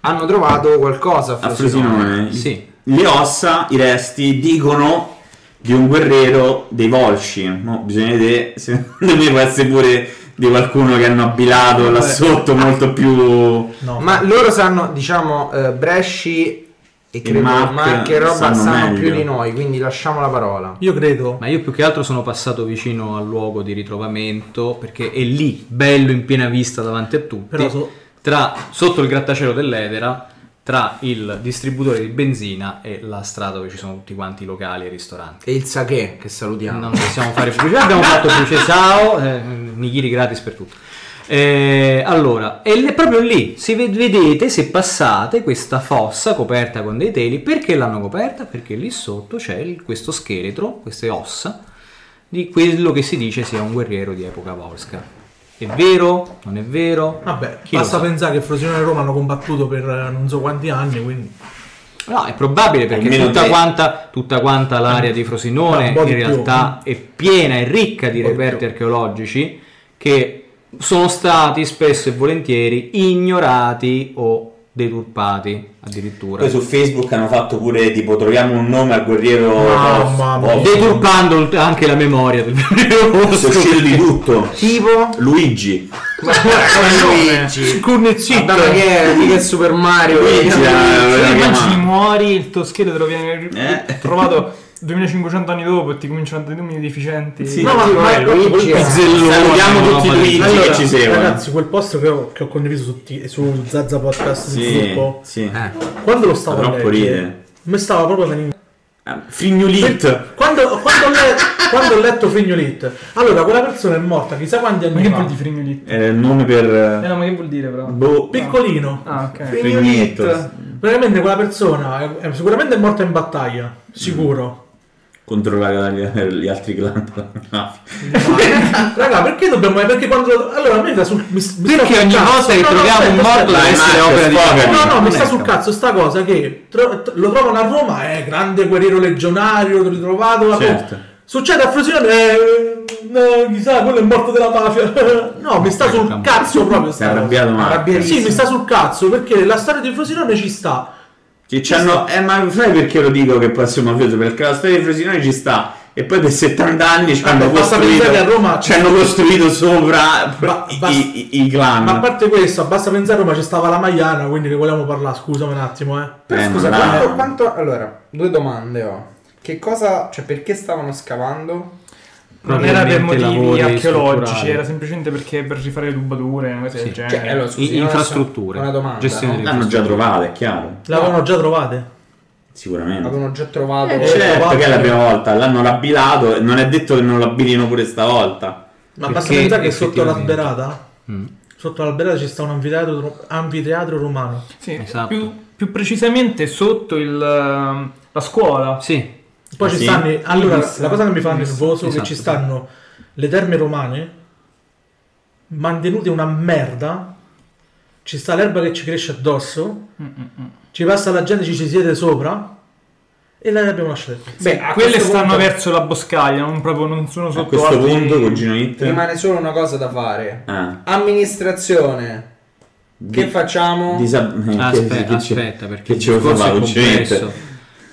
S6: hanno trovato qualcosa a
S3: a
S6: Frosinone
S3: Frosinone,
S5: Sì.
S3: le ossa, i resti, dicono di un guerriero dei Volsci. Mo, bisogna vedere, *laughs* secondo me può essere pure di qualcuno che hanno abbilato là sotto molto più...
S4: No.
S6: ma loro sanno diciamo eh, Bresci e credo
S3: Mac
S6: Mark e roba sanno,
S3: sanno meglio.
S6: più di noi quindi lasciamo la parola
S4: Io credo.
S5: Ma io più che altro sono passato vicino al luogo di ritrovamento perché è lì, bello in piena vista davanti a tutti,
S4: Però so-
S5: tra- sotto il grattacielo dell'Edera, tra il distributore di benzina e la strada dove ci sono tutti quanti i locali e i ristoranti.
S6: e il sake che salutiamo
S5: Non possiamo fare pubblicità, abbiamo fatto pubblicità, ciao, eh, nigiri gratis per tutto. Eh, allora, e le- proprio lì, se ve- vedete, se passate questa fossa coperta con dei teli, perché l'hanno coperta? Perché lì sotto c'è il- questo scheletro, queste ossa, di quello che si dice sia un guerriero di epoca volsca. È vero? Non è vero?
S4: Vabbè,
S5: Chi lo
S4: basta
S5: sa?
S4: pensare che Frosinone e Roma hanno combattuto per eh, non so quanti anni, quindi...
S5: No, è probabile perché
S3: Almeno
S5: tutta
S3: te.
S5: quanta, tutta quanta l'area di Frosinone
S4: Ah, Un po'
S5: in
S4: di più.
S5: realtà è piena e ricca di reperti archeologici che sono stati spesso e volentieri ignorati o deturpati addirittura.
S3: Poi su Facebook hanno fatto pure tipo troviamo un nome al guerriero
S4: Mamma mia.
S3: Volsci.
S5: Deturpando anche la memoria del *laughs* vero
S3: Si è uscito di tutto.
S6: tipo
S3: Luigi.
S6: ma come Luigi Vabbè, ma che è, mica è Super Mario
S3: Luigi,
S6: eh.
S3: eh,
S7: Se
S3: eh,
S7: immagini
S3: ma-
S7: muori, il tuo scheletro viene ri-
S3: Eh.
S7: trovato 2500 anni dopo ti cominciano a dare nomi deficienti.
S3: Sì,
S6: No, ma- eh. ma-
S3: Luigi,
S6: ma-
S3: Pizzellone, salutiamo tutti i
S5: roba
S3: Luigi
S5: di-
S3: che ci eh. seguono.
S4: Ragazzi, quel post che ho, che ho condiviso su, T- su Zazza Podcast sul
S3: Sì,
S4: gruppo,
S3: sì.
S6: Eh.
S4: quando lo stavo
S3: Troppo
S4: a leggere,
S3: ridere.
S4: mi stava proprio venendo
S3: Ah, Frignolit.
S4: Quando, quando ho letto, quando ho letto Frignolit, allora quella persona è morta chissà quanti
S7: Ma
S4: anni
S7: che
S4: fa.
S7: vuol dire frignolito?
S3: È il nome
S7: Eh
S3: per...
S7: no, ma che vuol dire però?
S3: Boh.
S4: Piccolino.
S7: Ah, ok.
S4: Frignolit.
S3: Frignetto.
S4: Cioè, Veramente quella persona è- è- sicuramente è morta in battaglia, sicuro.
S3: Contro la- gli altri clan
S4: *laughs*
S3: della mafia.
S5: Mm.
S4: Raga, perché dobbiamo... Perché quando... Allora, a me da sul... mi- mi sta
S5: Perché
S4: sul
S5: ogni
S4: cazzo.
S5: volta che troviamo
S4: No, no,
S5: un
S4: aspetta,
S5: morto
S4: aspetta.
S5: deve essere
S3: Marco,
S5: opera di
S3: sfogati.
S4: No, no, mi sta
S5: Onesta.
S4: sul cazzo sta cosa che tro- tro- lo trovano a Roma, è grande guerriero legionario, ritrovato. vabbè.
S3: Certo.
S4: Succede a Frosinone, eh, eh, chissà, quello è morto della mafia. *laughs* no, mi sta
S5: Certo.
S4: sul cazzo proprio.
S3: Si è
S4: sta cosa.
S3: arrabbiato Marco.
S4: Sì, mi sta sul cazzo perché la storia di Frosinone ci sta.
S3: Che c'hanno- eh, ma sai perché lo dico che poi essere mafioso? Perché la storia di Frosinone ci sta. E poi per 70 anni ci hanno
S4: Ah, basta
S3: costruito,
S4: pensare a Roma.
S3: ci hanno costruito sopra
S4: Ba-
S3: i,
S4: basta-
S3: i- i clan.
S4: Ma a parte questo, basta pensare a Roma, c'è stava la Maiana, quindi ne vogliamo parlare, scusami un attimo, eh.
S3: Eh,
S6: Però
S3: ma
S6: scusa,
S3: là-
S6: quanto, quanto- Allora, due domande ho. Che cosa... Cioè, perché stavano scavando?
S7: Non era per
S5: Probabilmente
S7: motivi
S5: lavori
S7: archeologici,
S5: strutturali.
S7: era semplicemente perché per rifare le tubature, una cosa del
S5: Sì.
S7: genere.
S6: Cioè, allora, scusi,
S5: I-
S6: io adesso
S5: infrastrutture,
S6: Una domanda.
S5: gestione
S6: no?
S5: di-
S3: L'hanno già trovata, è chiaro.
S4: L'avevano già trovate.
S3: Sicuramente.
S6: Avevano già trovato...
S3: Eh, certo,
S4: trovata.
S3: perché è la prima volta. L'hanno labilato e non è detto che non l'abilino pure stavolta.
S4: Ma
S5: Perché
S4: basta pensare che sotto
S5: effettivamente-
S4: l'alberata,
S5: Mm.
S4: sotto l'alberata ci sta un anfiteatro, anfiteatro romano.
S7: Sì,
S5: Esatto.
S7: più, più precisamente sotto il, ehm, la scuola.
S5: Sì,
S4: Poi
S3: Ah,
S4: ci
S3: sì?
S4: stanno. Allora,
S7: Ibis.
S4: la cosa che mi fa
S7: Ibis,
S4: nervoso è che
S5: esatto,
S4: ci
S5: sì.
S4: stanno le terme romane mantenute una merda. Ci sta l'erba che ci cresce addosso.
S5: Mm,
S4: Ci passa la gente, ci si siede sopra. E la abbiamo lasciata.
S3: Eh,
S6: Beh, a
S7: Quelle
S6: questo
S7: stanno
S6: punto
S7: verso la boscaglia, non proprio non sono sotto
S3: A questo
S7: altri-
S3: punto con Gino Hit-
S6: Rimane solo una cosa da fare.
S3: Ah.
S6: Amministrazione. Che
S3: Di-
S6: facciamo?
S3: disab- che-
S5: aspetta,
S3: che ci-
S5: aspetta, perché
S3: che
S5: il
S3: ci vuole
S5: discorso è
S3: fare, non c'è niente.
S5: complesso.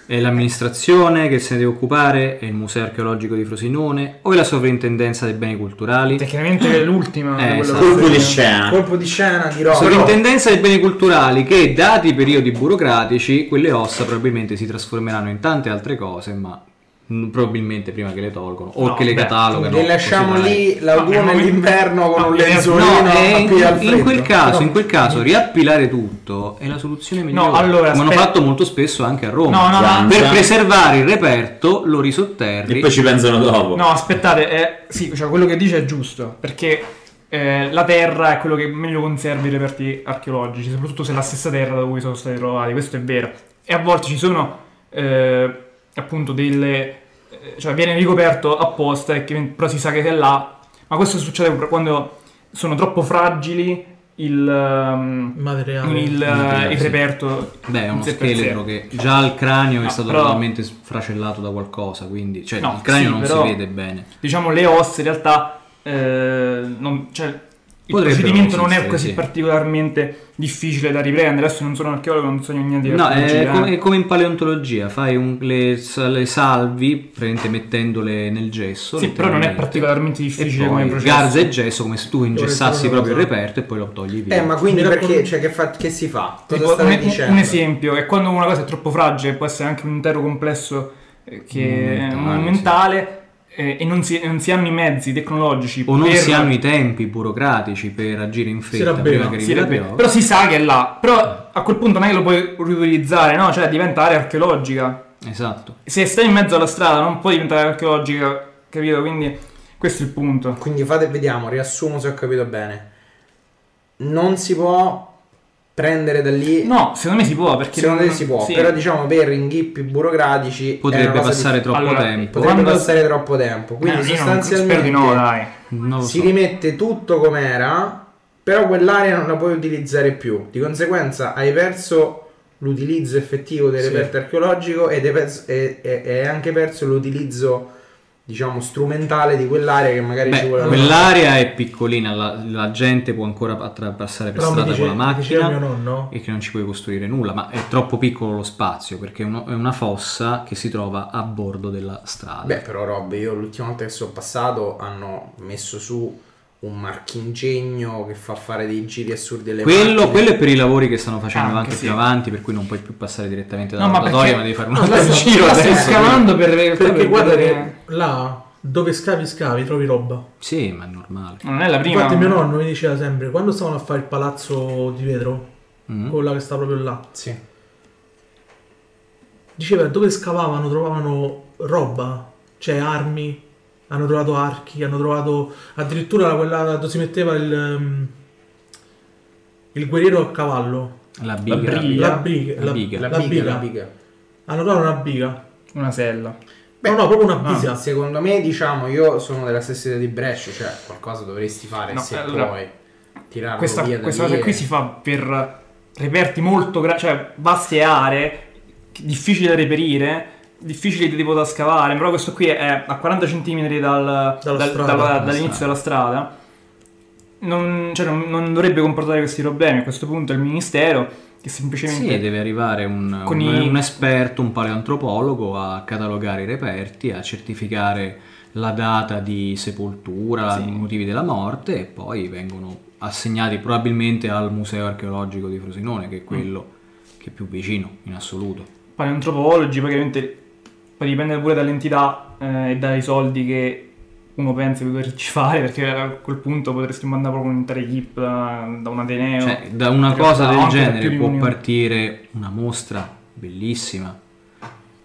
S5: È l'amministrazione che se ne deve occupare, è il museo archeologico di Frosinone o è la sovrintendenza dei beni culturali?
S7: Che chiaramente è l'ultima.
S5: Eh,
S7: quello
S5: esatto.
S7: che-
S3: Colpo di scena.
S6: Colpo di scena di roba.
S5: Sovrintendenza dei beni culturali che, dati i periodi burocratici, quelle ossa probabilmente si trasformeranno in tante altre cose, ma mm, probabilmente prima che le tolgono o
S7: No,
S5: che le
S7: beh,
S5: catalogano.
S6: Le lasciamo
S5: così
S6: lì
S5: varie.
S7: No,
S6: l'autunno
S7: è
S6: e
S7: un-
S6: l'inverno con
S7: no,
S6: un
S7: è-
S6: lenzuolino
S5: No,
S6: a
S5: è in,
S6: piedi al
S5: in quel
S6: freddo.
S5: caso, in quel caso, riappilare tutto è la soluzione migliore.
S7: Mm. allora,
S5: Come hanno
S7: aspetta.
S5: fatto molto spesso anche a Roma.
S7: No, no, no.
S5: Per
S3: Già.
S5: preservare il reperto lo
S3: E
S5: risotterri.
S3: poi ci pensano dopo.
S7: No, aspettate, eh, sì, cioè quello che dice è giusto, perché eh, la terra è quello che meglio conserva i reperti archeologici, soprattutto se è la stessa terra da cui sono stati trovati, questo è vero. E a volte ci sono eh, appunto delle... eh, cioè viene ricoperto apposta, e che- però si sa che è là, ma questo succede proprio quando sono troppo fragili il... ehm,
S4: Materiale.
S7: il,
S5: materiale,
S7: il
S5: sì.
S7: reperto
S5: Beh, è
S7: in
S5: uno
S7: sé per sé.
S5: scheletro che già il cranio è
S7: No,
S5: stato
S7: Ah, però-
S5: totalmente sfracellato da qualcosa, quindi cioè,
S7: No,
S5: il cranio
S7: sì,
S5: non
S7: però-
S5: si vede bene.
S7: diciamo le ossa in realtà eh, non- cioè, il
S5: Potrebbero
S7: procedimento non è
S5: esistere,
S7: così
S5: sì.
S7: particolarmente difficile da riprendere adesso non sono un archeologo non so niente di
S5: No,
S7: archeologia,
S5: è
S7: eh.
S5: come, è come in paleontologia, fai un- le, le salvi, praticamente mettendole nel gesso.
S7: Sì, però non è
S5: letteralmente,
S7: particolarmente difficile
S5: e
S7: come
S5: poi
S7: processo.
S5: Garza e gesso come se tu ingessassi
S4: Dovrei
S5: proprio il
S4: fare una
S5: reperto e poi lo togli via.
S6: Eh, ma quindi
S4: Mi
S6: perché?
S4: raccom-
S6: Cioè, che, fa- che si fa? Cosa
S7: Tipo,
S6: state
S7: un,
S6: dicendo?
S7: un esempio è quando una cosa è troppo fragile può essere anche un intero complesso eh,
S5: Mm,
S7: che
S5: Monumentale,
S7: monumentale eh, e non si, non si hanno i mezzi tecnologici
S5: o non
S7: per-
S5: si hanno i tempi burocratici per agire in fretta
S4: rabbena,
S5: prima che
S7: Sì,
S5: arrivi la
S7: vabbè,
S5: pioggia.
S7: però si sa che è là però a quel punto non è che lo puoi riutilizzare no? cioè diventa area archeologica
S5: Esatto.
S7: se stai in mezzo alla strada non puoi diventare archeologica, capito? Quindi questo è il punto.
S6: Quindi fate, vediamo, riassumo se ho capito bene. Non si può prendere da lì.
S7: No, secondo me si può perché
S6: secondo te
S7: non-
S6: si può,
S7: sì. Eh,
S6: però diciamo per inghippi burocratici è una
S5: Potrebbe
S6: cosa
S5: passare
S6: difficile.
S5: troppo
S7: Allora,
S5: tempo.
S6: Potrebbe
S7: Quando-
S6: passare troppo tempo. Quindi
S7: Eh, io non-
S6: sostanzialmente
S7: spero di no, dai.
S5: Non lo
S6: si
S5: so.
S6: rimette tutto com'era, però quell'area non la puoi utilizzare più. Di conseguenza hai perso l'utilizzo effettivo del reperto archeologico ed hai, perso- e- e- e hai anche perso l'utilizzo, diciamo, strumentale di quell'area che magari ci
S5: Beh,
S6: vuole
S5: quell'area è piccolina, la, la gente può ancora attraversare per
S4: Però mi
S5: strada
S4: dice,
S5: con la macchina.
S4: diceva mio nonno,
S5: e che non ci puoi costruire nulla, ma è troppo piccolo lo spazio perché è uno- è una fossa che si trova a bordo della strada.
S6: Beh, però Rob, io l'ultima volta che sono passato hanno messo su un marchingegno che fa fare dei giri assurdi alle
S5: Quello,
S6: macchine.
S5: quello è per i lavori che stanno facendo
S7: Anche,
S5: avanti
S7: sì.
S5: più avanti, per cui non puoi più passare direttamente dalla
S7: No, *laughs* ma
S5: rotatoria,
S7: perché-
S5: ma devi fare un
S7: no,
S5: altro
S7: sta-
S5: giro
S7: la
S5: adesso.
S7: Stai scavando per per-
S4: Perché
S7: per-
S4: guarda che
S7: per-
S4: là dove scavi scavi trovi roba.
S5: Sì, ma è normale.
S7: Non è la prima.
S4: Infatti mio nonno mi diceva sempre quando stavano a fare il palazzo di vetro,
S5: Mm.
S4: quella che sta proprio là,
S6: Sì.
S4: diceva dove scavavano trovavano roba, cioè armi, hanno trovato archi, hanno trovato addirittura quella dove si metteva il, ehm, il guerriero a cavallo,
S5: La biga.
S7: La biga.
S4: la briga,
S5: La biga.
S6: La,
S4: la
S6: biga, la
S4: biga.
S6: biga.
S4: hanno trovato una biga,
S7: Una sella.
S6: Beh,
S4: no no proprio una
S6: Ah,
S4: biga,
S6: Secondo me, diciamo, io sono della stessa idea di Brescia, cioè qualcosa dovresti fare
S7: No,
S6: se
S7: allora,
S6: puoi tirarlo
S7: Questa,
S6: via da
S7: questa
S6: lì
S7: cosa
S6: e-
S7: qui si fa per reperti molto grandi, cioè vaste aree, che- difficili da reperire, difficili tipo da scavare, però questo qui è a 40 cm dal,
S4: Dalla strada.
S7: dal- dalla-
S5: Dalla
S7: dall'inizio
S5: strada.
S7: della strada. Non, cioè, non- non dovrebbe comportare questi problemi. A questo punto il ministero che semplicemente...
S5: Sì, deve arrivare un,
S7: Con
S5: un-
S7: i-
S5: un esperto, un paleantropologo a catalogare i reperti, a certificare la data di sepoltura,
S7: Sì.
S5: i motivi della morte e poi vengono assegnati probabilmente al museo archeologico di Frosinone, che è quello
S7: Mm.
S5: che è più vicino in assoluto.
S7: paleantropologi, poi chiaramente poi dipende pure dall'entità eh, e dai soldi che uno pensa di poterci *laughs* fare, perché a quel punto potresti mandare proprio un'intera equip da, da un ateneo.
S5: Cioè, da una
S7: Perché
S5: cosa
S7: no,
S5: del
S7: anche da più
S5: genere
S7: di
S5: può
S7: un-
S5: partire una mostra bellissima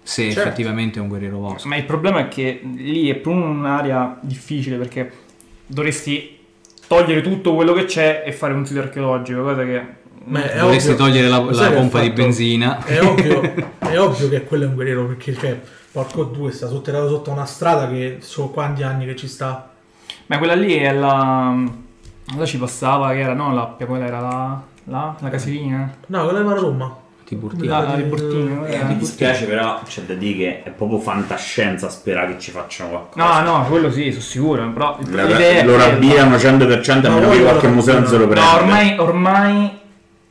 S5: se
S6: Certo.
S5: effettivamente è un guerriero vostro.
S7: Ma il problema è che lì è proprio un'area difficile, perché dovresti togliere tutto quello che c'è e fare un sito archeologico, cosa che...
S4: Ma è
S5: Dovresti
S4: ovvio-
S5: togliere la,
S4: lo
S5: la
S4: sai che ho
S5: pompa di
S4: fatto?
S5: benzina.
S4: È ovvio, è ovvio che quello è un guerriero perché, cioè, porco due, sta sotterrato sotto una strada che so quanti anni che ci sta.
S7: Ma quella lì è la... Allora ci passava, che era, no, l'appia, quella era la... La, la caserina?
S4: No, quella era Roma.
S5: Tiburtina.
S7: La, la di Bortino,
S4: Eh,
S7: era-
S4: di
S3: Mi dispiace però c'è da dire che è proprio fantascienza sperare che ci facciano qualcosa.
S7: No, no, quello sì, sono sicuro, però il-
S3: La-
S7: l'idea è
S3: loro
S7: quella.
S3: abbiano 100% a
S4: Ma
S3: meno
S4: voi
S3: che
S4: loro
S3: qualche museo non se lo prenda.
S7: No, ormai, ormai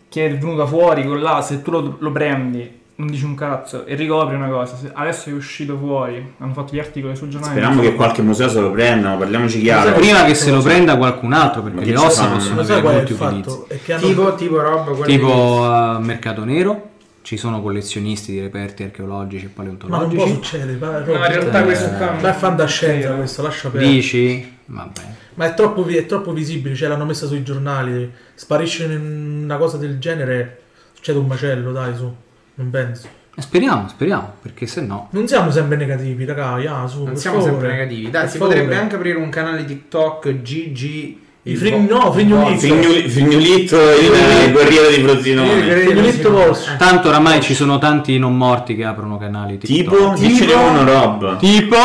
S7: che è venuta fuori con là, se tu lo, lo prendi, non dici un cazzo e ricopri una cosa, se- adesso è uscito fuori, hanno fatto gli articoli sul giornale.
S3: Speriamo che qualche museo se lo prendano, parliamoci chiaro.
S5: Prima che se lo prenda qualcun altro,
S3: Ma
S5: perché
S3: che
S5: le
S3: ci
S5: ossa
S3: fanno?
S5: possono
S4: Ma sai
S5: avere
S4: qual è il
S5: molti utilizzi.
S4: fatto? È che hanno-
S6: Tipo, tipo roba quella
S5: Tipo
S6: che-
S5: eh, mercato nero, ci sono collezionisti di reperti archeologici e
S4: ma non può
S5: paleontologici.
S4: succedere, ma
S7: No, in realtà questo qua
S4: Ma è fantascienza questo, lascia perdere.
S5: Dici? Vabbè.
S4: Ma è troppo, vi- è troppo visibile, cioè l'hanno messa sui giornali. Sparisce in- una cosa del genere, succede un macello, dai, su. Non penso.
S5: Eh, Speriamo, speriamo, perché se no...
S4: Non siamo sempre negativi, raga, ah, su,
S6: Non
S4: per
S6: siamo sempre
S4: favore.
S6: negativi. Dai,
S4: Per
S6: si
S4: favore.
S6: potrebbe anche aprire un canale TikTok GG.
S4: I frig- no, frignolizzi.
S3: Fignuli- Fignulitto, il, il guerriero di Frosinone.
S4: Benedetto Bosch.
S5: Tanto oramai ci sono tanti non morti che aprono canali
S3: Tipo,
S5: TikTok.
S3: dicene uno Rob.
S5: Tipo...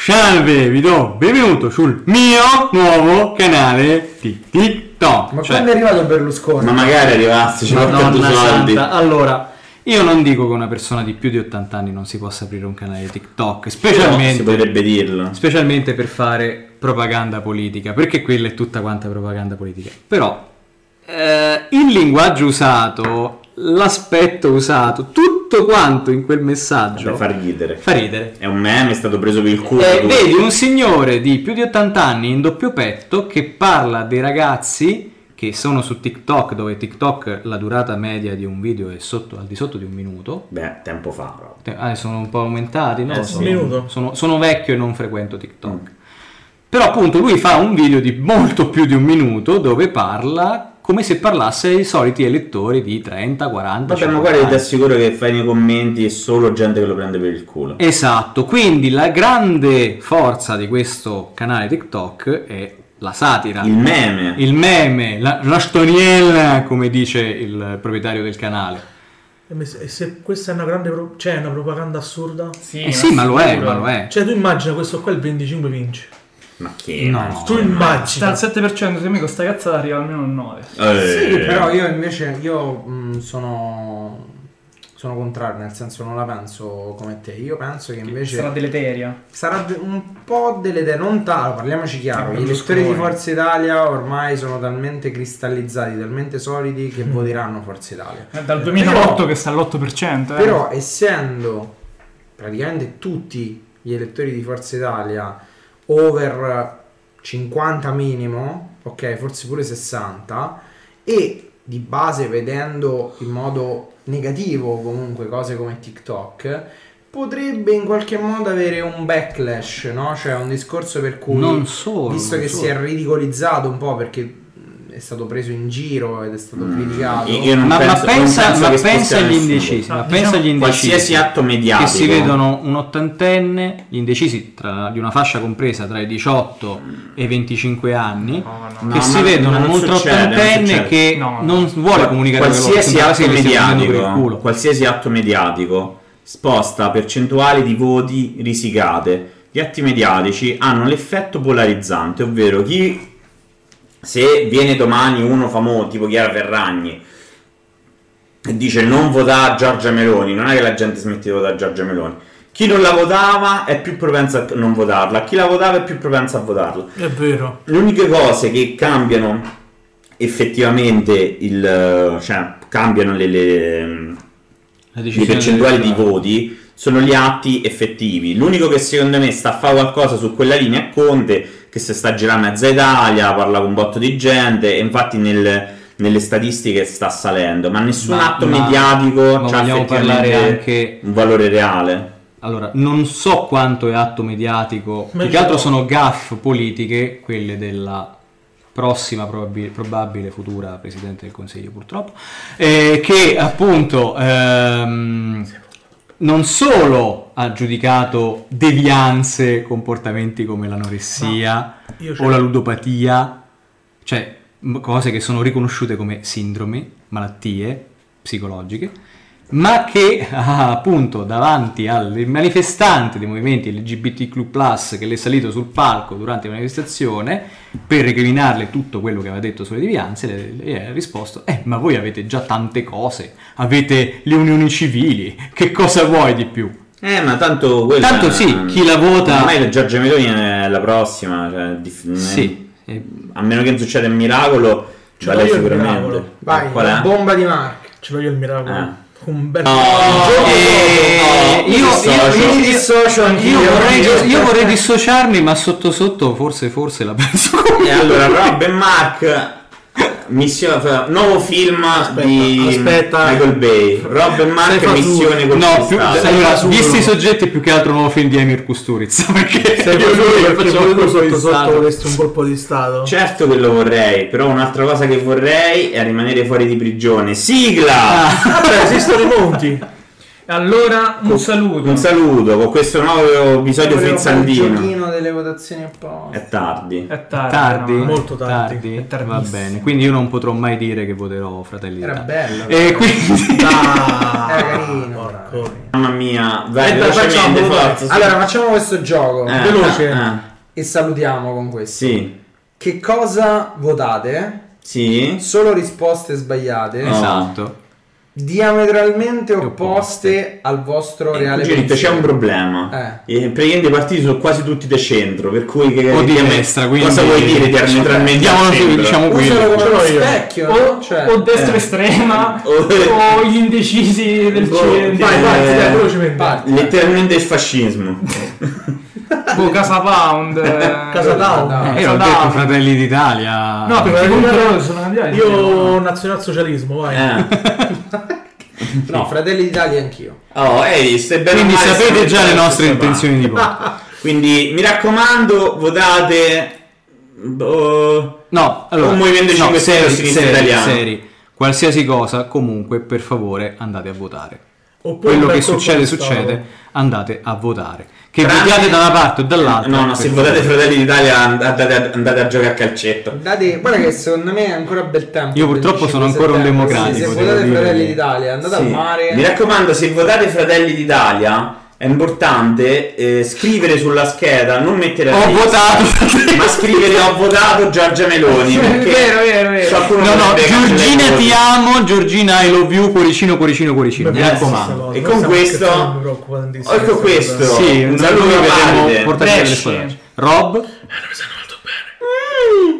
S5: Salve, vi do benvenuto sul mio nuovo canale di TikTok.
S6: Ma
S5: Cioè,
S6: quando è arrivato Berlusconi?
S3: Ma magari arrivassi, ci porta due
S5: Madonna
S3: soldi.
S5: santa. Allora, io non dico che una persona di più di 80 anni non si possa aprire un canale TikTok,
S3: Però Si
S5: specialmente,
S3: potrebbe dirlo.
S5: specialmente per fare propaganda politica, perché quella è tutta quanta propaganda politica. Però eh, il linguaggio usato, l'aspetto usato, tutto quanto in quel messaggio
S3: Per far ridere.
S5: fa ridere.
S3: È un meme, è stato preso per il culo.
S5: Eh,
S3: tu.
S5: vedi un signore di più di 80 anni in doppio petto che parla dei ragazzi che sono su TikTok, dove TikTok la durata media di un video è sotto- al di sotto di un minuto.
S3: Beh, tempo fa, Rob.
S5: Te- Ah, sono un po' aumentati, no?
S3: Eh, sì.
S5: sono,
S4: Un minuto.
S5: sono- sono vecchio e non frequento TikTok.
S3: Mm.
S5: Però appunto lui fa un video di molto più di un minuto dove parla come se parlasse ai soliti elettori di 30, 40,
S3: Vabbè, ma
S5: 50
S3: guarda, ti
S5: anni.
S3: assicuro che fai nei commenti è solo gente che lo prende per il culo.
S5: Esatto, quindi la grande forza di questo canale TikTok è la satira.
S3: Il meme.
S5: il meme, la, la storiella, come dice il proprietario del canale.
S4: E me- e se questa è una grande pro- cioè è una propaganda assurda?
S7: Sì,
S5: Eh sì, ma lo è, ma lo è.
S4: Cioè tu immagina questo qua il 25 vince.
S3: Ma che?
S5: No.
S4: tu
S7: Sta
S4: immagina.
S7: al 7%, se mi questa cazzata arriva almeno al 9.
S3: Eh,
S6: Sì, però io invece io mh, sono sono contrario, nel senso non la penso come te. Io penso che invece
S7: Sarà deleteria.
S6: sarà de- un po' delle idee, non tanto, parliamoci chiaro, gli
S7: Eh, Berlusconi.
S6: elettori di Forza Italia ormai sono talmente cristallizzati, talmente solidi
S7: Mm.
S6: che voteranno Forza Italia.
S7: È dal 2008
S6: Però-
S7: che sta all'8%. Eh.
S6: Però essendo praticamente tutti gli elettori di Forza Italia over 50 minimo, ok, forse pure 60, e di base vedendo in modo negativo comunque cose come TikTok, potrebbe in qualche modo avere un backlash, no? Cioè un discorso per cui...
S5: Non solo,
S6: Visto
S5: non
S6: che
S5: solo.
S6: si è ridicolizzato un po' perché mh, è stato preso in giro ed è stato
S5: Mm.
S6: criticato.
S3: Io non
S5: Ma, ma
S3: penso- non
S5: pensa,
S3: penso
S5: ma
S3: che spezzi
S5: pensa agli
S3: nessuno.
S5: indecisi,
S4: No,
S5: ma
S4: diciamo-
S5: pensa agli indecisi.
S3: Qualsiasi atto mediatico.
S5: Che si vedono un ottantenne, gli indecisi tra- di una fascia compresa tra i 18 e i 25 anni,
S3: no.
S5: che
S3: No,
S5: si
S3: ma-
S5: vedono
S3: ma
S5: un
S3: non succede, non
S5: ultraottantenne
S3: succede.
S5: che
S7: No, no.
S5: non vuole comunicare quello che
S3: qualsiasi
S5: sembra
S3: atto
S5: quasi che stia prendendo per il
S3: mediatico
S5: culo.
S3: qualsiasi atto mediatico sposta percentuali di voti risicate gli atti mediatici hanno l'effetto polarizzante ovvero chi se viene domani uno famoso tipo Chiara Ferragni e dice non votare Giorgia Meloni non è che la gente smette di votare Giorgia Meloni chi non la votava è più propensa a non votarla chi la votava è più propensa a votarla
S4: È vero.
S3: le uniche cose che cambiano effettivamente il cioè cambiano le, le- le
S5: La decisione
S3: percentuali di
S5: del-
S3: voti sono gli atti effettivi l'unico che secondo me sta a fare qualcosa su quella linea è Conte che si sta girando a mezza Italia parla con un botto di gente e infatti nel- nelle statistiche sta salendo ma nessun
S5: Ma-
S3: atto
S5: ma-
S3: mediatico
S5: ma
S3: ha
S5: vogliamo parlare
S3: effettivamente
S5: anche-
S3: un valore reale
S5: Allora, non so quanto è atto mediatico,
S4: Ma
S5: più che
S4: io-
S5: altro sono gaff politiche, quelle della prossima probabil- probabile futura Presidente del Consiglio purtroppo, eh, che appunto ehm, non solo ha giudicato devianze, comportamenti come l'anoressia
S4: io c'ero.
S5: o la ludopatia, cioè m- cose che sono riconosciute come sindrome, malattie psicologiche, ma che *laughs* ah, appunto davanti al manifestante dei movimenti LGBTQ+, che l'è salito sul palco durante la manifestazione per recriminarle tutto quello che aveva detto sulle devianze, le, le ha risposto eh ma voi avete già tante cose, avete le unioni civili, che cosa vuoi di più?
S3: eh ma tanto quella
S5: Tanto sì, chi la vota-
S3: ormai la Giorgia Meloni è la prossima cioè, dif-
S5: Sì, eh,
S3: A meno che non succeda un miracolo,
S4: Ce
S3: vale
S4: l'ho io il
S3: sicuramente. Eh,
S4: miracolo.
S6: Vai,
S3: Qual
S6: la
S3: è?
S6: bomba di Mark.
S4: Ce l'ho io il miracolo.
S3: Ah.
S4: Un bel
S3: no,
S5: Eh, io-
S3: mi dissocio.
S5: io-
S3: Mi
S6: dissocio
S5: Io vorrei, io vorrei dissociarmi, ma sotto sotto forse forse la penso come
S3: E allora, Rob e Mark. Missione, nuovo film di
S4: aspetta.
S3: Michael Bay. Rob e
S4: Sei
S3: Mark,
S4: fatto
S3: missione
S4: tu.
S3: col
S5: *laughs* No, più,
S3: cristallo.
S5: allora,
S4: Solo.
S5: visti i soggetti più che altro nuovo film di Emir Kusturica, *laughs* perché
S4: Sei
S5: io lui che
S4: solo perché
S5: facciamo
S4: voi
S5: il colpo di
S4: sotto sotto
S5: stato.
S4: volesti un colpo di stato?
S3: Certo che lo vorrei, però un'altra cosa che vorrei è rimanere fuori di prigione. Sigla!
S5: Ah.
S4: Cioè, esistono i monti.
S7: Allora, un saluto.
S3: Un saluto con questo nuovo episodio
S6: Il
S3: frizzantino.
S6: giochino delle votazioni apposta.
S3: È tardi.
S7: È tardi.
S5: Tardi,
S7: no?
S4: Molto tardi.
S7: È
S5: va
S7: tardissimo.
S5: bene. Quindi io non potrò mai dire che voterò Fratelli
S6: Era
S5: d'Italia.
S6: bello.
S5: E
S3: *laughs*
S5: quindi
S4: Ah,
S6: Era carino.
S4: porco.
S3: Mamma mia, vai,
S6: Aspetta,
S3: velocemente,
S6: facciamo-
S3: forza. sì.
S6: Allora, facciamo questo gioco
S3: Eh,
S6: veloce
S3: eh, eh.
S6: e salutiamo con questo.
S3: Sì,
S6: Che cosa votate?
S3: sì.
S6: Solo risposte sbagliate,
S3: No.
S5: Esatto.
S6: diametralmente
S5: Opposte.
S6: opposte al vostro reale
S3: Gente, Eh, Cioè, c'è
S6: pensiero.
S3: un problema. Eh, praticamente i partiti sono quasi tutti di centro, per cui che,
S5: O di
S3: che-
S5: destra, quindi
S3: cosa vuoi dire diametralmente?
S5: Diamolo
S3: al
S5: su,
S3: centro?
S5: diciamo
S6: Usalo
S5: quello.
S6: come uno
S4: Ce l'ho io.
S6: specchio,
S7: O,
S6: no? Cioè,
S7: o destra estrema
S3: O-
S7: o gli indecisi del
S3: Boh,
S7: centro.
S4: Vai, vai,
S3: Eh,
S4: dai, velocemente.
S6: parte.
S3: Letteralmente il fascismo.
S7: Boh, Casa Pound. eh,
S4: Casa Down.
S6: Down.
S5: Eh, io l'ho
S7: Casa
S5: detto
S7: Down.
S5: Fratelli d'Italia.
S7: No, perché
S4: Io-
S7: comunque loro sono cambiati.
S4: Io nazionalsocialismo, vai.
S3: Eh.
S6: no, Fratelli d'Italia anch'io.
S3: Oh, ehi, stai bene o
S5: Quindi
S3: male,
S5: sapete
S3: siamo
S5: già
S3: tutti
S5: le
S3: alla
S5: nostre
S3: stessa
S5: intenzioni di
S3: *laughs*
S5: voto.
S3: parte. Quindi mi raccomando, votate boh,
S5: No, allora,
S3: Un Movimento
S5: no,
S3: 5 Stelle o
S5: seri,
S3: Sinistra
S5: seri,
S3: Italiana.
S5: seri. Qualsiasi cosa, comunque, per favore andate a votare.
S4: Oppure un
S5: Quello
S4: bel
S5: che
S4: colpo
S5: succede,
S4: di stato.
S5: succede, andate a votare. Che
S3: Tranne-
S5: votiate da una parte o dall'altra.
S3: No, no, se
S5: per
S3: votate
S5: favore.
S3: Fratelli d'Italia andate a, andate a giocare a calcetto.
S6: Date, guarda che secondo me è ancora bel tempo.
S5: Io purtroppo
S6: 25
S5: sono ancora un
S6: settembre,
S5: democratico,
S6: sì, Se
S5: devo
S6: votate
S5: dire.
S6: Fratelli d'Italia, andate
S3: Sì.
S6: al mare.
S3: Mi raccomando, se votate Fratelli d'Italia è importante eh, scrivere sulla scheda, non mettere la
S5: Ho
S3: lista,
S5: votato.
S3: ma scrivere ho votato Giorgia Meloni. perché
S7: vero, vero, vero.
S3: qualcuno
S5: No, no,
S3: potrebbe
S5: Giorgina
S3: cancellare
S5: ti
S3: il
S5: amo, Giorgina I love you, cuoricino, cuoricino, cuoricino. Mi
S3: Eh, sì,
S5: raccomando.
S3: sì,
S4: No,
S3: E
S4: noi
S3: con
S4: stiamo
S3: questo-
S4: scherzando, mi preoccupa tantissimo
S3: ecco
S4: questa
S3: questo.
S4: cosa.
S5: Sì,
S3: Un
S5: un
S3: saluto
S5: saluto
S3: a
S5: vedremo
S3: Davide.
S5: portarci
S7: Pesci.
S5: le sue. Rob,
S3: voto.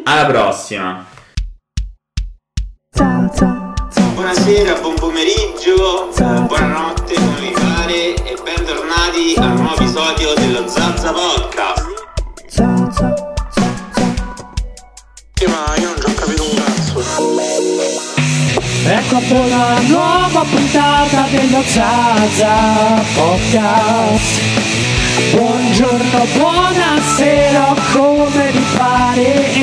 S3: Alla prossima.
S1: Buonasera, buon pomeriggio, buonanotte come vi pare e bentornati a un nuovo episodio dello Zazza Podcast. Ma io non ci ho capito un cazzo.
S2: Ecco appena una nuova puntata dello Zaza Podcast Buongiorno, buonasera, come vi pare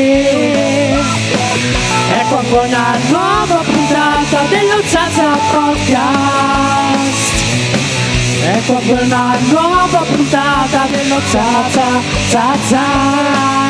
S2: Ecco appena una nuova puntata dello Zaza Podcast Ecco appena una nuova puntata dello Zaza Zaza